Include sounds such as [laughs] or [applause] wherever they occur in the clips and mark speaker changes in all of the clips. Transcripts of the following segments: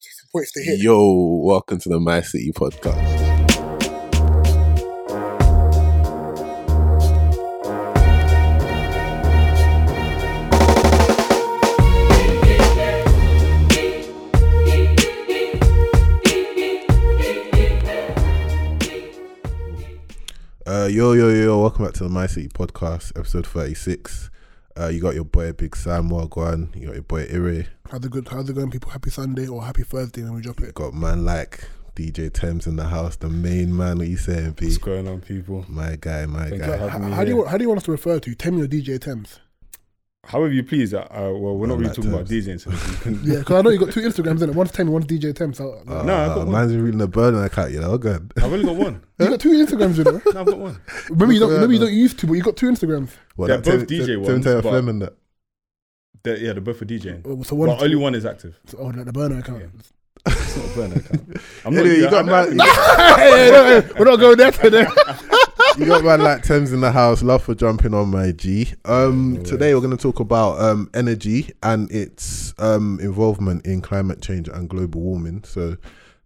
Speaker 1: some points to hit.
Speaker 2: Yo, welcome to the My City podcast. Uh, yo, yo, yo, welcome back to the My City podcast, episode 36. Uh, you got your boy Big Sam Wagwan, you got your boy Ire,
Speaker 1: How's the good? How's it going, people? Happy Sunday or happy Thursday when we drop
Speaker 2: you
Speaker 1: it.
Speaker 2: got man like DJ Thames in the house, the main man. What you saying, B?
Speaker 3: What's going on, people?
Speaker 2: My guy, my
Speaker 3: Thank
Speaker 2: guy.
Speaker 3: you.
Speaker 1: H-
Speaker 3: having
Speaker 1: How,
Speaker 3: me
Speaker 1: do you
Speaker 3: here.
Speaker 1: want, how do you want us to refer to you? Temi or DJ Thames?
Speaker 3: However you please. Uh, uh, well, we're
Speaker 2: On
Speaker 3: not really
Speaker 2: that
Speaker 3: talking about
Speaker 2: terms.
Speaker 3: DJing. So
Speaker 2: [laughs]
Speaker 3: you can-
Speaker 1: Yeah, because I know you got two Instagrams in it. One's Temi, one's DJ Thames. So,
Speaker 2: Uh,
Speaker 3: No, I've got one.
Speaker 2: man's reading the bird on account, you know. Good.
Speaker 3: I've only
Speaker 2: [laughs]
Speaker 3: got one.
Speaker 1: you got two Instagrams in it.
Speaker 3: No, I've got one.
Speaker 1: Remember you don't.
Speaker 2: Yeah,
Speaker 1: Remember you
Speaker 2: no.
Speaker 1: don't use two, but you got two Instagrams.
Speaker 2: Well,
Speaker 3: They're
Speaker 2: that
Speaker 3: both
Speaker 2: Tim- Tim-
Speaker 3: DJ
Speaker 2: Tim
Speaker 3: ones,
Speaker 2: Taylor
Speaker 3: but-
Speaker 2: Flem and that.
Speaker 3: They're, yeah, they're both for DJing.
Speaker 1: Oh, So one.
Speaker 3: But only one is active.
Speaker 1: Oh, like the burner account.
Speaker 3: It's not a burner account.
Speaker 2: [laughs]
Speaker 3: I'm
Speaker 2: Anyway, you
Speaker 3: yeah,
Speaker 2: got
Speaker 3: I-
Speaker 2: man, [laughs]
Speaker 1: hey, hey, no, hey, we're not going there
Speaker 3: [laughs]
Speaker 1: today.
Speaker 2: you got man like Thames in the house. Love for jumping on my G. Um,
Speaker 3: No
Speaker 2: today we're going to talk about um energy and its um involvement in climate change and global warming. So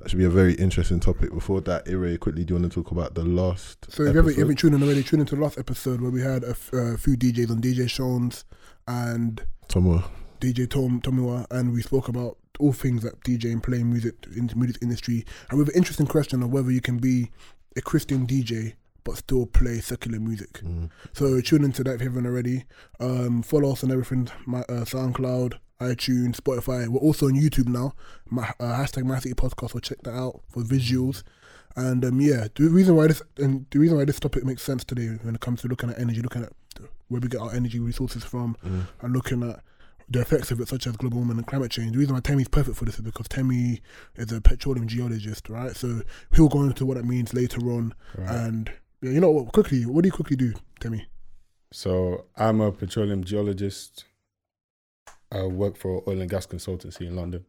Speaker 2: that should be a very interesting topic. Before that, Ire, quickly, do you want to talk about the last?
Speaker 1: So if you haven't,
Speaker 2: episode?
Speaker 1: haven't tuned in already, tune into the last episode where we had a f- uh, few DJs on DJ Shones and
Speaker 2: Tomorrow.
Speaker 1: DJ Tom Tomiwa, and we spoke about all things like DJing, playing music in the music industry, and we have an interesting question of whether you can be a Christian DJ but still play secular music.
Speaker 2: Mm.
Speaker 1: So tune into that if you haven't already. Um, follow us on everything: my uh, SoundCloud, iTunes, Spotify. We're also on YouTube now. My uh, hashtag My City Podcast. So check that out for visuals. And um, yeah, the reason why this and the reason why this topic makes sense today when it comes to looking at energy, looking at where we get our energy resources from,
Speaker 2: Mm.
Speaker 1: and looking at the effects of it, such as global warming and climate change. The reason why Temi's perfect for this is because Temi is a petroleum geologist, right? So he'll go into what it means later on.
Speaker 3: Right.
Speaker 1: And yeah, you know what? Quickly, what do you quickly do, Temi?
Speaker 3: So I'm a petroleum geologist. I work for an oil and gas consultancy in London,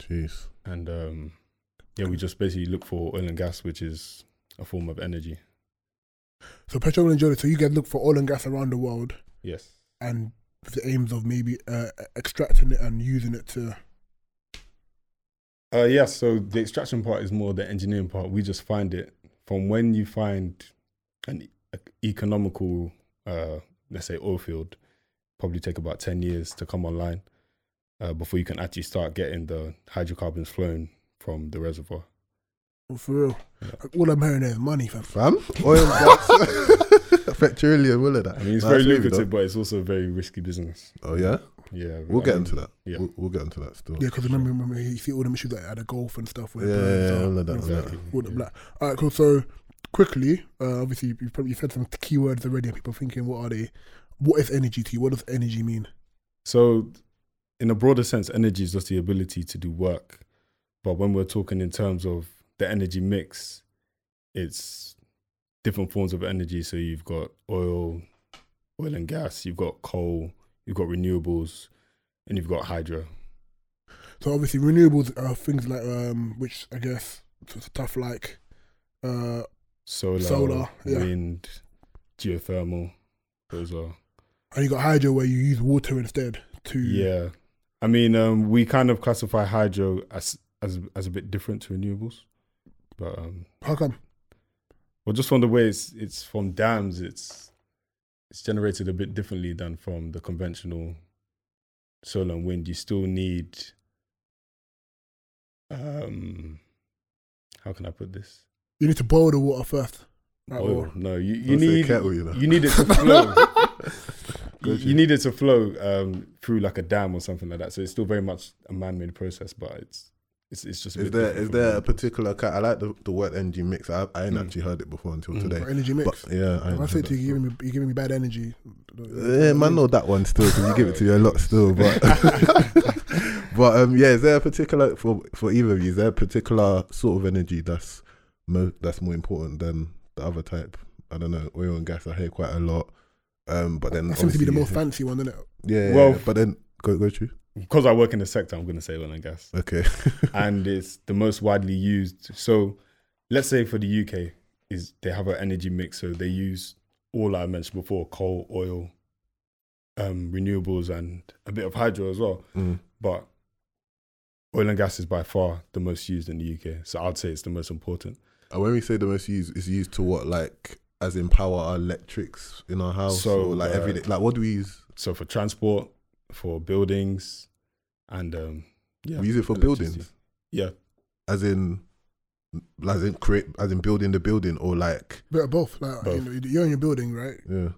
Speaker 2: Jeez.
Speaker 3: and um, yeah, we just basically look for oil and gas, which is a form of energy.
Speaker 1: So petroleum geologist. So you guys look for oil and gas around the world,
Speaker 3: Yes.
Speaker 1: and with the aims of maybe uh, extracting it and using it to.
Speaker 3: Uh, yeah, so the extraction part is more the engineering part. We just find it from when you find an e- economical, uh, let's say, oil field, probably take about 10 years to come online uh, before you can actually start getting the hydrocarbons flowing from the reservoir.
Speaker 1: Well, oh, for real, Like, all I'm hearing there is money, fam.
Speaker 2: Fam? Oil, gas, [laughs] petroleum, all of that.
Speaker 3: I mean, it's
Speaker 2: Nah,
Speaker 3: very
Speaker 2: moving,
Speaker 3: lucrative, but it's also a very risky business.
Speaker 2: though. Oh, yeah?
Speaker 3: Yeah.
Speaker 2: We'll
Speaker 3: I
Speaker 2: get
Speaker 3: mean,
Speaker 2: into that.
Speaker 3: yeah.
Speaker 2: We'll, we'll get into that still.
Speaker 1: Yeah, because remember, remember, you see all the issues that at the golf and stuff. Where it
Speaker 2: Yeah,
Speaker 1: burns
Speaker 2: yeah,
Speaker 1: up,
Speaker 2: all of that, all of that.
Speaker 3: Exactly.
Speaker 1: All the
Speaker 3: Yeah.
Speaker 1: black. All right, cool. So quickly, uh, obviously, you probably said some keywords already, and people are thinking, what are they? What is energy to you? What does energy mean?
Speaker 3: So, in a broader sense, energy is just the ability to do work. But when we're talking in terms of the energy mix, it's different forms of energy. So you've got oil, oil and gas, you've got coal, you've got renewables, and you've got hydro.
Speaker 1: So obviously, renewables are things like, um, which I guess stuff like, uh,
Speaker 3: Solar,
Speaker 1: Solar, yeah.
Speaker 3: wind, geothermal. Those are
Speaker 1: and you got hydro where you use water instead to.
Speaker 3: yeah. I mean, um, we kind of classify hydro as as as a bit different to renewables, but um,
Speaker 1: How come?
Speaker 3: Well, just from the way it's it's from dams, it's it's generated a bit differently than from the conventional solar and wind. You still need um how can I put this?
Speaker 1: You need to boil the water first. Right,
Speaker 3: Oil.
Speaker 1: or-
Speaker 3: No, you, you
Speaker 2: Don't say
Speaker 3: need
Speaker 2: kettle, you know.
Speaker 3: you need
Speaker 2: [laughs]
Speaker 3: it to flow. you,
Speaker 2: Good,
Speaker 3: you
Speaker 2: yeah.
Speaker 3: need it to flow um through like a dam or something like that. So it's still very much a man made process, but it's it's it's just a
Speaker 2: Is
Speaker 3: bit
Speaker 2: there
Speaker 3: different
Speaker 2: is
Speaker 3: from
Speaker 2: there a
Speaker 3: renewables.
Speaker 2: particular kind? I like the, the word energy mix. I, I ain't
Speaker 3: Mm.
Speaker 2: actually heard it before until
Speaker 3: Mm.
Speaker 2: today.
Speaker 1: or energy
Speaker 2: But
Speaker 1: mix.
Speaker 2: yeah, I
Speaker 1: I say
Speaker 2: ain't heard
Speaker 1: to you,
Speaker 2: that
Speaker 1: you're giving me, you're giving me bad energy.
Speaker 2: before. yeah, man, know that one still because you give it to your lot still. But
Speaker 1: [laughs]
Speaker 2: [laughs] but um, yeah, is there a particular for for either of you? Is there a particular sort of energy that's mo- that's more important than the other type? I don't know. Oil and gas, I hear quite a lot. Um, but then
Speaker 1: That seems to be the
Speaker 2: obviously-
Speaker 1: more fancy one, isn't it?
Speaker 2: Yeah, well,
Speaker 3: Well-
Speaker 2: but then go go through.
Speaker 3: because I work in the sector, I'm gonna say oil and gas.
Speaker 2: Okay. [laughs]
Speaker 3: and it's the most widely used. So, let's say for the UK, is they have an energy mix, so they use all I mentioned before: coal, oil, um, renewables, and a bit of hydro as well.
Speaker 2: Mm.
Speaker 3: But oil and gas is by far the most used in the UK. So I'd say it's the most important.
Speaker 2: And when we say the most used, it's used to what? Like, as in power our electrics in our house?
Speaker 3: So,
Speaker 2: or like
Speaker 3: uh,
Speaker 2: everything. Like, what do we use?
Speaker 3: So for transport, for buildings, and um, yeah,
Speaker 2: we use it for
Speaker 3: electricity.
Speaker 2: buildings.
Speaker 3: Yeah.
Speaker 2: As in, as in create, as in building the building, or like,
Speaker 1: Bit of both. Like You
Speaker 3: Both.
Speaker 1: know, you're in your building, right?
Speaker 2: yeah.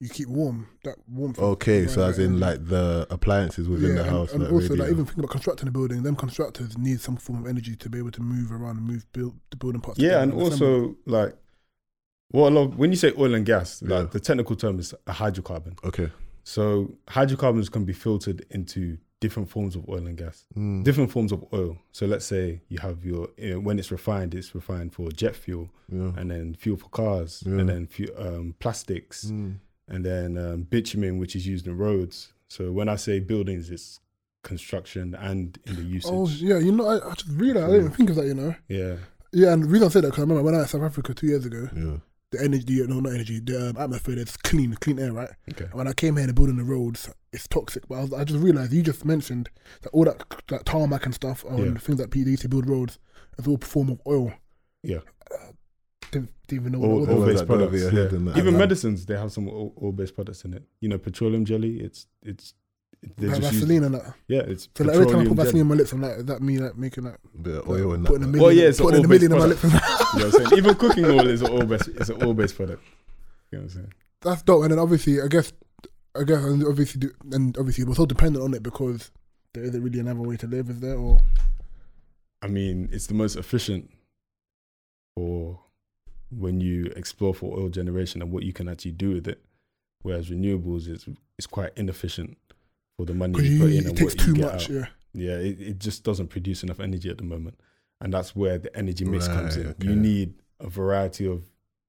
Speaker 1: You keep warm. That warmth.
Speaker 2: Okay, so
Speaker 1: Right,
Speaker 2: as
Speaker 1: right,
Speaker 2: in
Speaker 1: right.
Speaker 2: like the appliances within the
Speaker 1: and-
Speaker 2: house,
Speaker 1: and,
Speaker 2: like
Speaker 1: also
Speaker 2: radio.
Speaker 1: like even think about constructing a building. Them constructors need some form of energy to be able to move around and move build the building parts.
Speaker 3: Yeah,
Speaker 1: together
Speaker 3: and
Speaker 1: assemble.
Speaker 3: also like well, a lot of- when you say oil and gas, like
Speaker 2: Yeah.
Speaker 3: the technical term is a hydrocarbon.
Speaker 2: okay,
Speaker 3: So hydrocarbons can be filtered into different forms of oil and gas,
Speaker 2: Mm.
Speaker 3: different forms of oil. So let's say you have your you know, when it's refined, it's refined for jet fuel,
Speaker 2: yeah.
Speaker 3: and then fuel for cars,
Speaker 2: Yeah.
Speaker 3: and then fu- um, plastics,
Speaker 2: Mm.
Speaker 3: and then um, bitumen, which is used in roads. So when I say buildings, it's construction and in the usage.
Speaker 1: Oh yeah, you know I, I just realized I didn't even think of that. You know.
Speaker 3: yeah.
Speaker 1: Yeah, and the reason I say that because I remember when I was in South Africa two years ago,
Speaker 2: Mm. yeah,
Speaker 1: the energy, no, not energy, the um, atmosphere that's clean, clean air, right?
Speaker 3: Okay.
Speaker 1: And when I came here and building the roads, it's toxic. But I, was, I just realized you just mentioned that all that, that tarmac and stuff and
Speaker 3: Yeah.
Speaker 1: things that PD to build roads is all form of oil.
Speaker 3: Yeah.
Speaker 1: Uh, didn't, didn't even know what
Speaker 2: all
Speaker 3: All-
Speaker 1: oil
Speaker 2: those
Speaker 1: was.
Speaker 3: oil-based
Speaker 2: that go over
Speaker 3: products,
Speaker 2: your
Speaker 3: yeah.
Speaker 2: head and that-
Speaker 3: Even
Speaker 2: and that.
Speaker 3: medicines, they have some oil-based products in it. You know, petroleum jelly. It's it's they
Speaker 1: Like
Speaker 3: just use-
Speaker 1: Vaseline and that.
Speaker 3: yeah. It's
Speaker 1: So like every time I
Speaker 3: petroleum
Speaker 1: put Vaseline
Speaker 3: jelly.
Speaker 1: in my lips, I'm like, is that me like making that?
Speaker 2: the oil and
Speaker 1: putting a
Speaker 2: that.
Speaker 1: million,
Speaker 3: Well, yeah, it's an
Speaker 1: putting a
Speaker 3: oil-based
Speaker 1: million in my lips.
Speaker 3: product. You know what I'm saying? Even cooking oil is an oil-based. It's an oil-based product. You know what I'm saying?
Speaker 1: that's dope. And then obviously, I guess, I guess, and obviously, do- and obviously, we're so dependent on it because there isn't really another way to live, is there? Or
Speaker 3: I mean, it's the most efficient for when you explore for oil generation and what you can actually do with it. Whereas renewables, it's it's quite inefficient for the money
Speaker 1: because
Speaker 3: you
Speaker 1: you,
Speaker 3: put in
Speaker 1: it
Speaker 3: and
Speaker 1: takes
Speaker 3: what you
Speaker 1: too
Speaker 3: get
Speaker 1: much.
Speaker 3: out.
Speaker 1: Yeah,
Speaker 3: Yeah, it, it just doesn't produce enough energy at the moment. And that's where the energy mix comes in.
Speaker 2: Right,
Speaker 3: You
Speaker 2: okay.
Speaker 3: need a variety of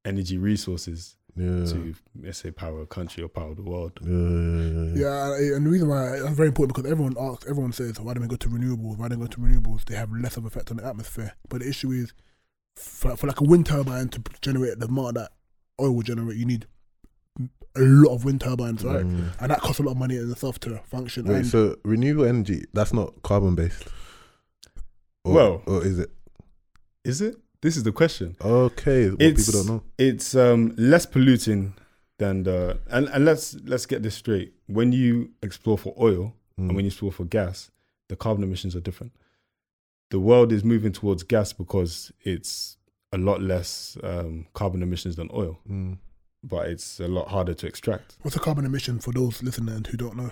Speaker 3: energy resources
Speaker 2: Yeah.
Speaker 3: to, let's say, power a country or power the world.
Speaker 2: Yeah, yeah, yeah, yeah.
Speaker 1: yeah. I- And the reason why it's very important because everyone asks, everyone says, why don't we go to renewables? Why don't we go to renewables? They have less of effect on the atmosphere. But the issue is, for, for like a wind turbine to generate the amount that oil will generate, you need a lot of wind turbines, right?
Speaker 2: Mm.
Speaker 1: And that costs a lot of money in itself to function.
Speaker 2: Wait,
Speaker 1: and
Speaker 2: so renewable energy that's not carbon based. Or,
Speaker 3: Well-
Speaker 2: or is it
Speaker 3: Is it? This is the question.
Speaker 2: okay? What
Speaker 3: It's-
Speaker 2: people don't know.
Speaker 3: it's um less polluting than the and, and let's let's get this straight when you explore for oil
Speaker 2: Mm.
Speaker 3: and when you explore for gas the carbon emissions are different the world is moving towards gas because it's a lot less um, carbon emissions than oil
Speaker 2: Mm.
Speaker 3: but it's a lot harder to extract
Speaker 1: what's the carbon emission for those listening and who don't know?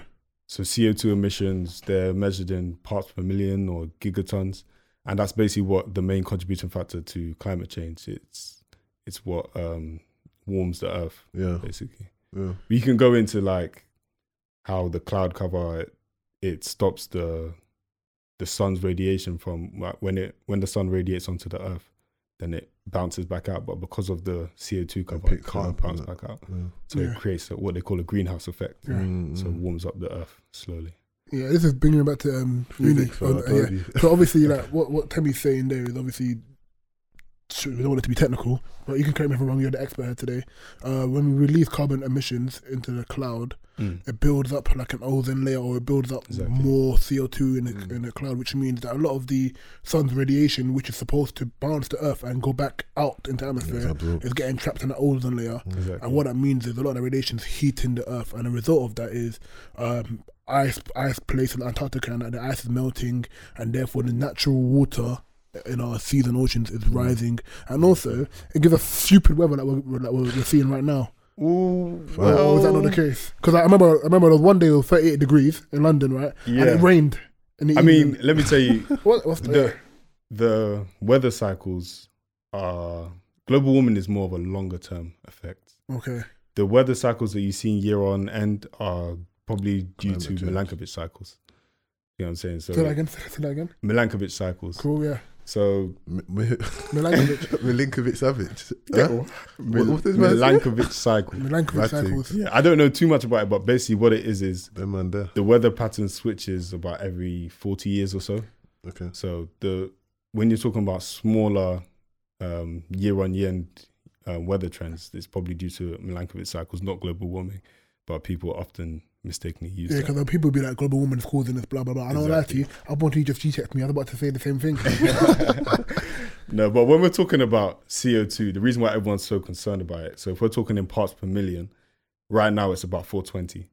Speaker 3: so co2 emissions they're measured in parts per million or gigatons and that's basically what the main contributing factor to climate change it's it's what um, warms the earth
Speaker 2: Yeah,
Speaker 3: basically
Speaker 2: yeah.
Speaker 3: we can go into like how the cloud cover it, it stops the the sun's radiation from like, when it when the sun radiates onto the earth then it bounces back out but because of the co2 cover it
Speaker 2: picks it
Speaker 3: can't
Speaker 2: up,
Speaker 3: bounce
Speaker 2: innit?
Speaker 3: back out
Speaker 2: yeah.
Speaker 3: so
Speaker 1: Yeah.
Speaker 3: it creates a, what they call a greenhouse effect
Speaker 1: Yeah.
Speaker 2: Mm,
Speaker 3: so it
Speaker 2: mm.
Speaker 3: warms up the earth slowly
Speaker 1: Yeah, this is bringing me back to um, uni.
Speaker 2: Physics,
Speaker 3: uh,
Speaker 1: Oh,
Speaker 2: I
Speaker 1: yeah.
Speaker 2: told you. [laughs]
Speaker 1: So obviously, like what what Temi's saying there is obviously sure, we don't want it to be technical, but you can correct me if I'm wrong. You're the expert here today. Uh, when we release carbon emissions into the cloud, it builds up like an ozone layer, or it builds up
Speaker 3: Exactly.
Speaker 1: more CO2 in the,
Speaker 2: Mm.
Speaker 1: in the cloud, which means that a lot of the sun's radiation, which is supposed to bounce to Earth and go back out into the
Speaker 2: It's
Speaker 1: atmosphere,
Speaker 2: absorbed.
Speaker 1: is getting trapped in the ozone layer.
Speaker 3: exactly
Speaker 1: And what that means is a lot of the radiation's heating the Earth, and the result of that is um, ice ice plates in Antarctica, and the ice is melting, and therefore the natural water in our seas and oceans
Speaker 3: Mm.
Speaker 1: is rising, and also it gives us stupid weather like we're, like we're seeing right now.
Speaker 2: Well-
Speaker 1: or oh, is that not the case? Because I remember I remember there was one day it was 38 degrees in London, right? And it
Speaker 3: yeah
Speaker 1: rained. In the
Speaker 3: i mean
Speaker 1: evening.
Speaker 3: let me
Speaker 1: [laughs]
Speaker 3: tell you
Speaker 1: what, what's the,
Speaker 3: the the weather cycles are global warming is more of a longer term effect
Speaker 1: okay?
Speaker 3: the weather cycles that you see in year on end are probably due
Speaker 2: Climate
Speaker 3: to
Speaker 2: change.
Speaker 3: Milankovic cycles. You know what I'm saying? So
Speaker 1: Say that again. Say say that again.
Speaker 3: Milankovic cycles.
Speaker 1: Cool. Yeah.
Speaker 3: So
Speaker 2: M- [laughs] M-
Speaker 3: [coughs]
Speaker 1: Milankovic.
Speaker 2: Milinkovic
Speaker 3: [laughs]
Speaker 2: Savage.
Speaker 3: Yeah.
Speaker 2: Huh?
Speaker 3: Mil-
Speaker 2: what does man say?
Speaker 3: Milankovic cycle.
Speaker 1: Milankovic
Speaker 2: Right thing.
Speaker 1: cycles.
Speaker 3: Yeah, I don't know too much about it, but basically what it is is
Speaker 2: Them man there.
Speaker 3: the weather pattern switches about every 40 years or so.
Speaker 2: Okay.
Speaker 3: So the when you're talking about smaller um, year on year end uh, weather trends, it's probably due to Milankovic cycles, not global warming, but people often mistakenly used
Speaker 1: Yeah,
Speaker 3: that.
Speaker 1: because people be like, global warming's causing this, blah, blah, blah. I don't lie to
Speaker 3: Exactly.
Speaker 1: you. I want you just G-text me. I was about to say the same
Speaker 2: [laughs]
Speaker 1: thing.
Speaker 3: No, but when we're talking about CO2, the reason why everyone's so concerned about it, so if we're talking in parts per million, right now it's about 420.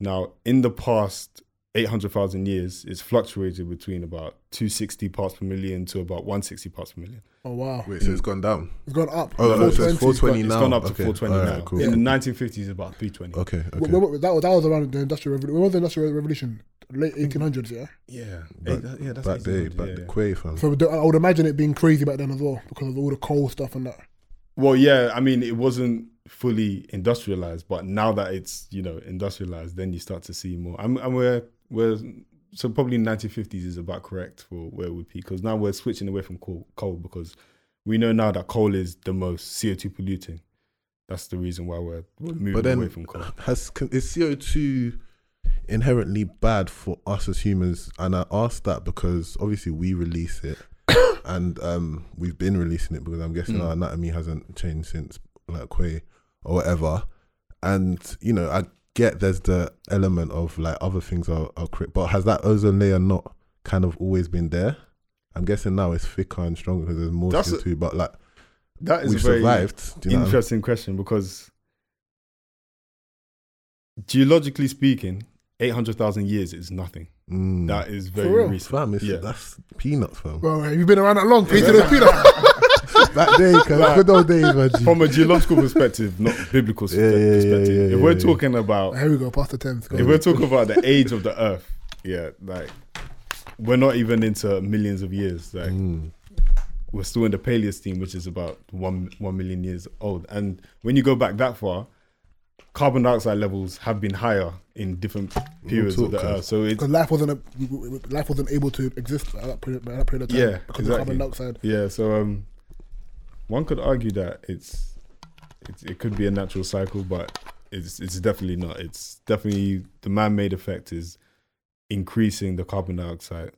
Speaker 3: Now, in the past 800,000 years, it's fluctuated between about 260 parts per million to about 160 parts per million.
Speaker 1: oh, wow.
Speaker 2: Wait,
Speaker 3: Mm.
Speaker 2: so it's gone down.
Speaker 1: It's gone up.
Speaker 2: Oh, no, so it's 420
Speaker 3: It's
Speaker 2: now.
Speaker 3: gone up to
Speaker 2: Okay,
Speaker 3: 420
Speaker 2: all
Speaker 3: now.
Speaker 2: right, cool. Oh.
Speaker 3: In the 1950s, it's about 320.
Speaker 2: Okay,
Speaker 1: Wh-
Speaker 2: okay.
Speaker 1: wh- wh- that, was, that was around the Industrial Revolution. When was the Industrial Revolution? Late
Speaker 2: Hmm.
Speaker 1: 1800s, yeah?
Speaker 3: Yeah.
Speaker 2: Back-
Speaker 3: Eh, yeah, that's
Speaker 2: back day,
Speaker 3: 1800,
Speaker 2: back
Speaker 3: yeah,
Speaker 2: the
Speaker 3: yeah.
Speaker 2: quay, fam.
Speaker 1: So the- I would imagine it being crazy back then as well because of all the coal stuff and that.
Speaker 3: Well, yeah, I mean, it wasn't fully industrialized, but now that it's you know industrialized, then you start to see more. And, and we're we're so probably 1950s is about correct for where we'd be because now we're switching away from coal, coal because we know now that coal is the most CO2 polluting. That's the reason why we're we're moving
Speaker 2: But then-
Speaker 3: away from coal.
Speaker 2: Has con- is CO two inherently bad for us as humans? And I asked that because obviously we release it, [coughs] and um, we've been releasing it because I'm guessing
Speaker 3: Mm.
Speaker 2: our anatomy hasn't changed since like Quay or whatever. And you know, I get there's the element of like other things are are crit, but has that ozone layer not kind of always been there? I'm guessing now it's thicker and stronger because there's more
Speaker 3: That's a-
Speaker 2: CO2, but like
Speaker 3: That is
Speaker 2: we've
Speaker 3: a very
Speaker 2: survived. Do you know what I mean?
Speaker 3: interesting question because geologically speaking, 800,000 years is nothing.
Speaker 2: Mm.
Speaker 3: That is very
Speaker 1: real?
Speaker 3: recent.
Speaker 2: Fam, it's,
Speaker 3: Yeah.
Speaker 2: that's peanuts, fam.
Speaker 1: Bro, have you been around that long? Peter the
Speaker 2: [laughs]
Speaker 1: Peter.
Speaker 2: Back day, [laughs] cause
Speaker 3: Right.
Speaker 2: good old days, man. G.
Speaker 3: from a geological perspective, not biblical
Speaker 2: Yeah, yeah, yeah,
Speaker 3: perspective.
Speaker 2: yeah,
Speaker 3: if
Speaker 2: yeah,
Speaker 3: we're
Speaker 2: yeah.
Speaker 3: talking about
Speaker 1: Here we go, past the 10th.
Speaker 3: if we're talking about the age of the Earth, yeah, like we're not even into millions of years. Like
Speaker 2: Mm.
Speaker 3: we're still in the Paleocene, which is about one one million years old. And when you go back that far, carbon dioxide levels have been higher in different periods of
Speaker 2: talk,
Speaker 3: the
Speaker 2: guys.
Speaker 3: Earth. So it's
Speaker 1: Because life wasn't a, life wasn't able to exist at that period, at that period of time.
Speaker 3: Yeah,
Speaker 1: because of
Speaker 3: exactly.
Speaker 1: carbon dioxide.
Speaker 3: yeah. So um, one could argue that it's, it's it could be a natural cycle, but it's it's definitely not. It's definitely the man-made effect is increasing the carbon dioxide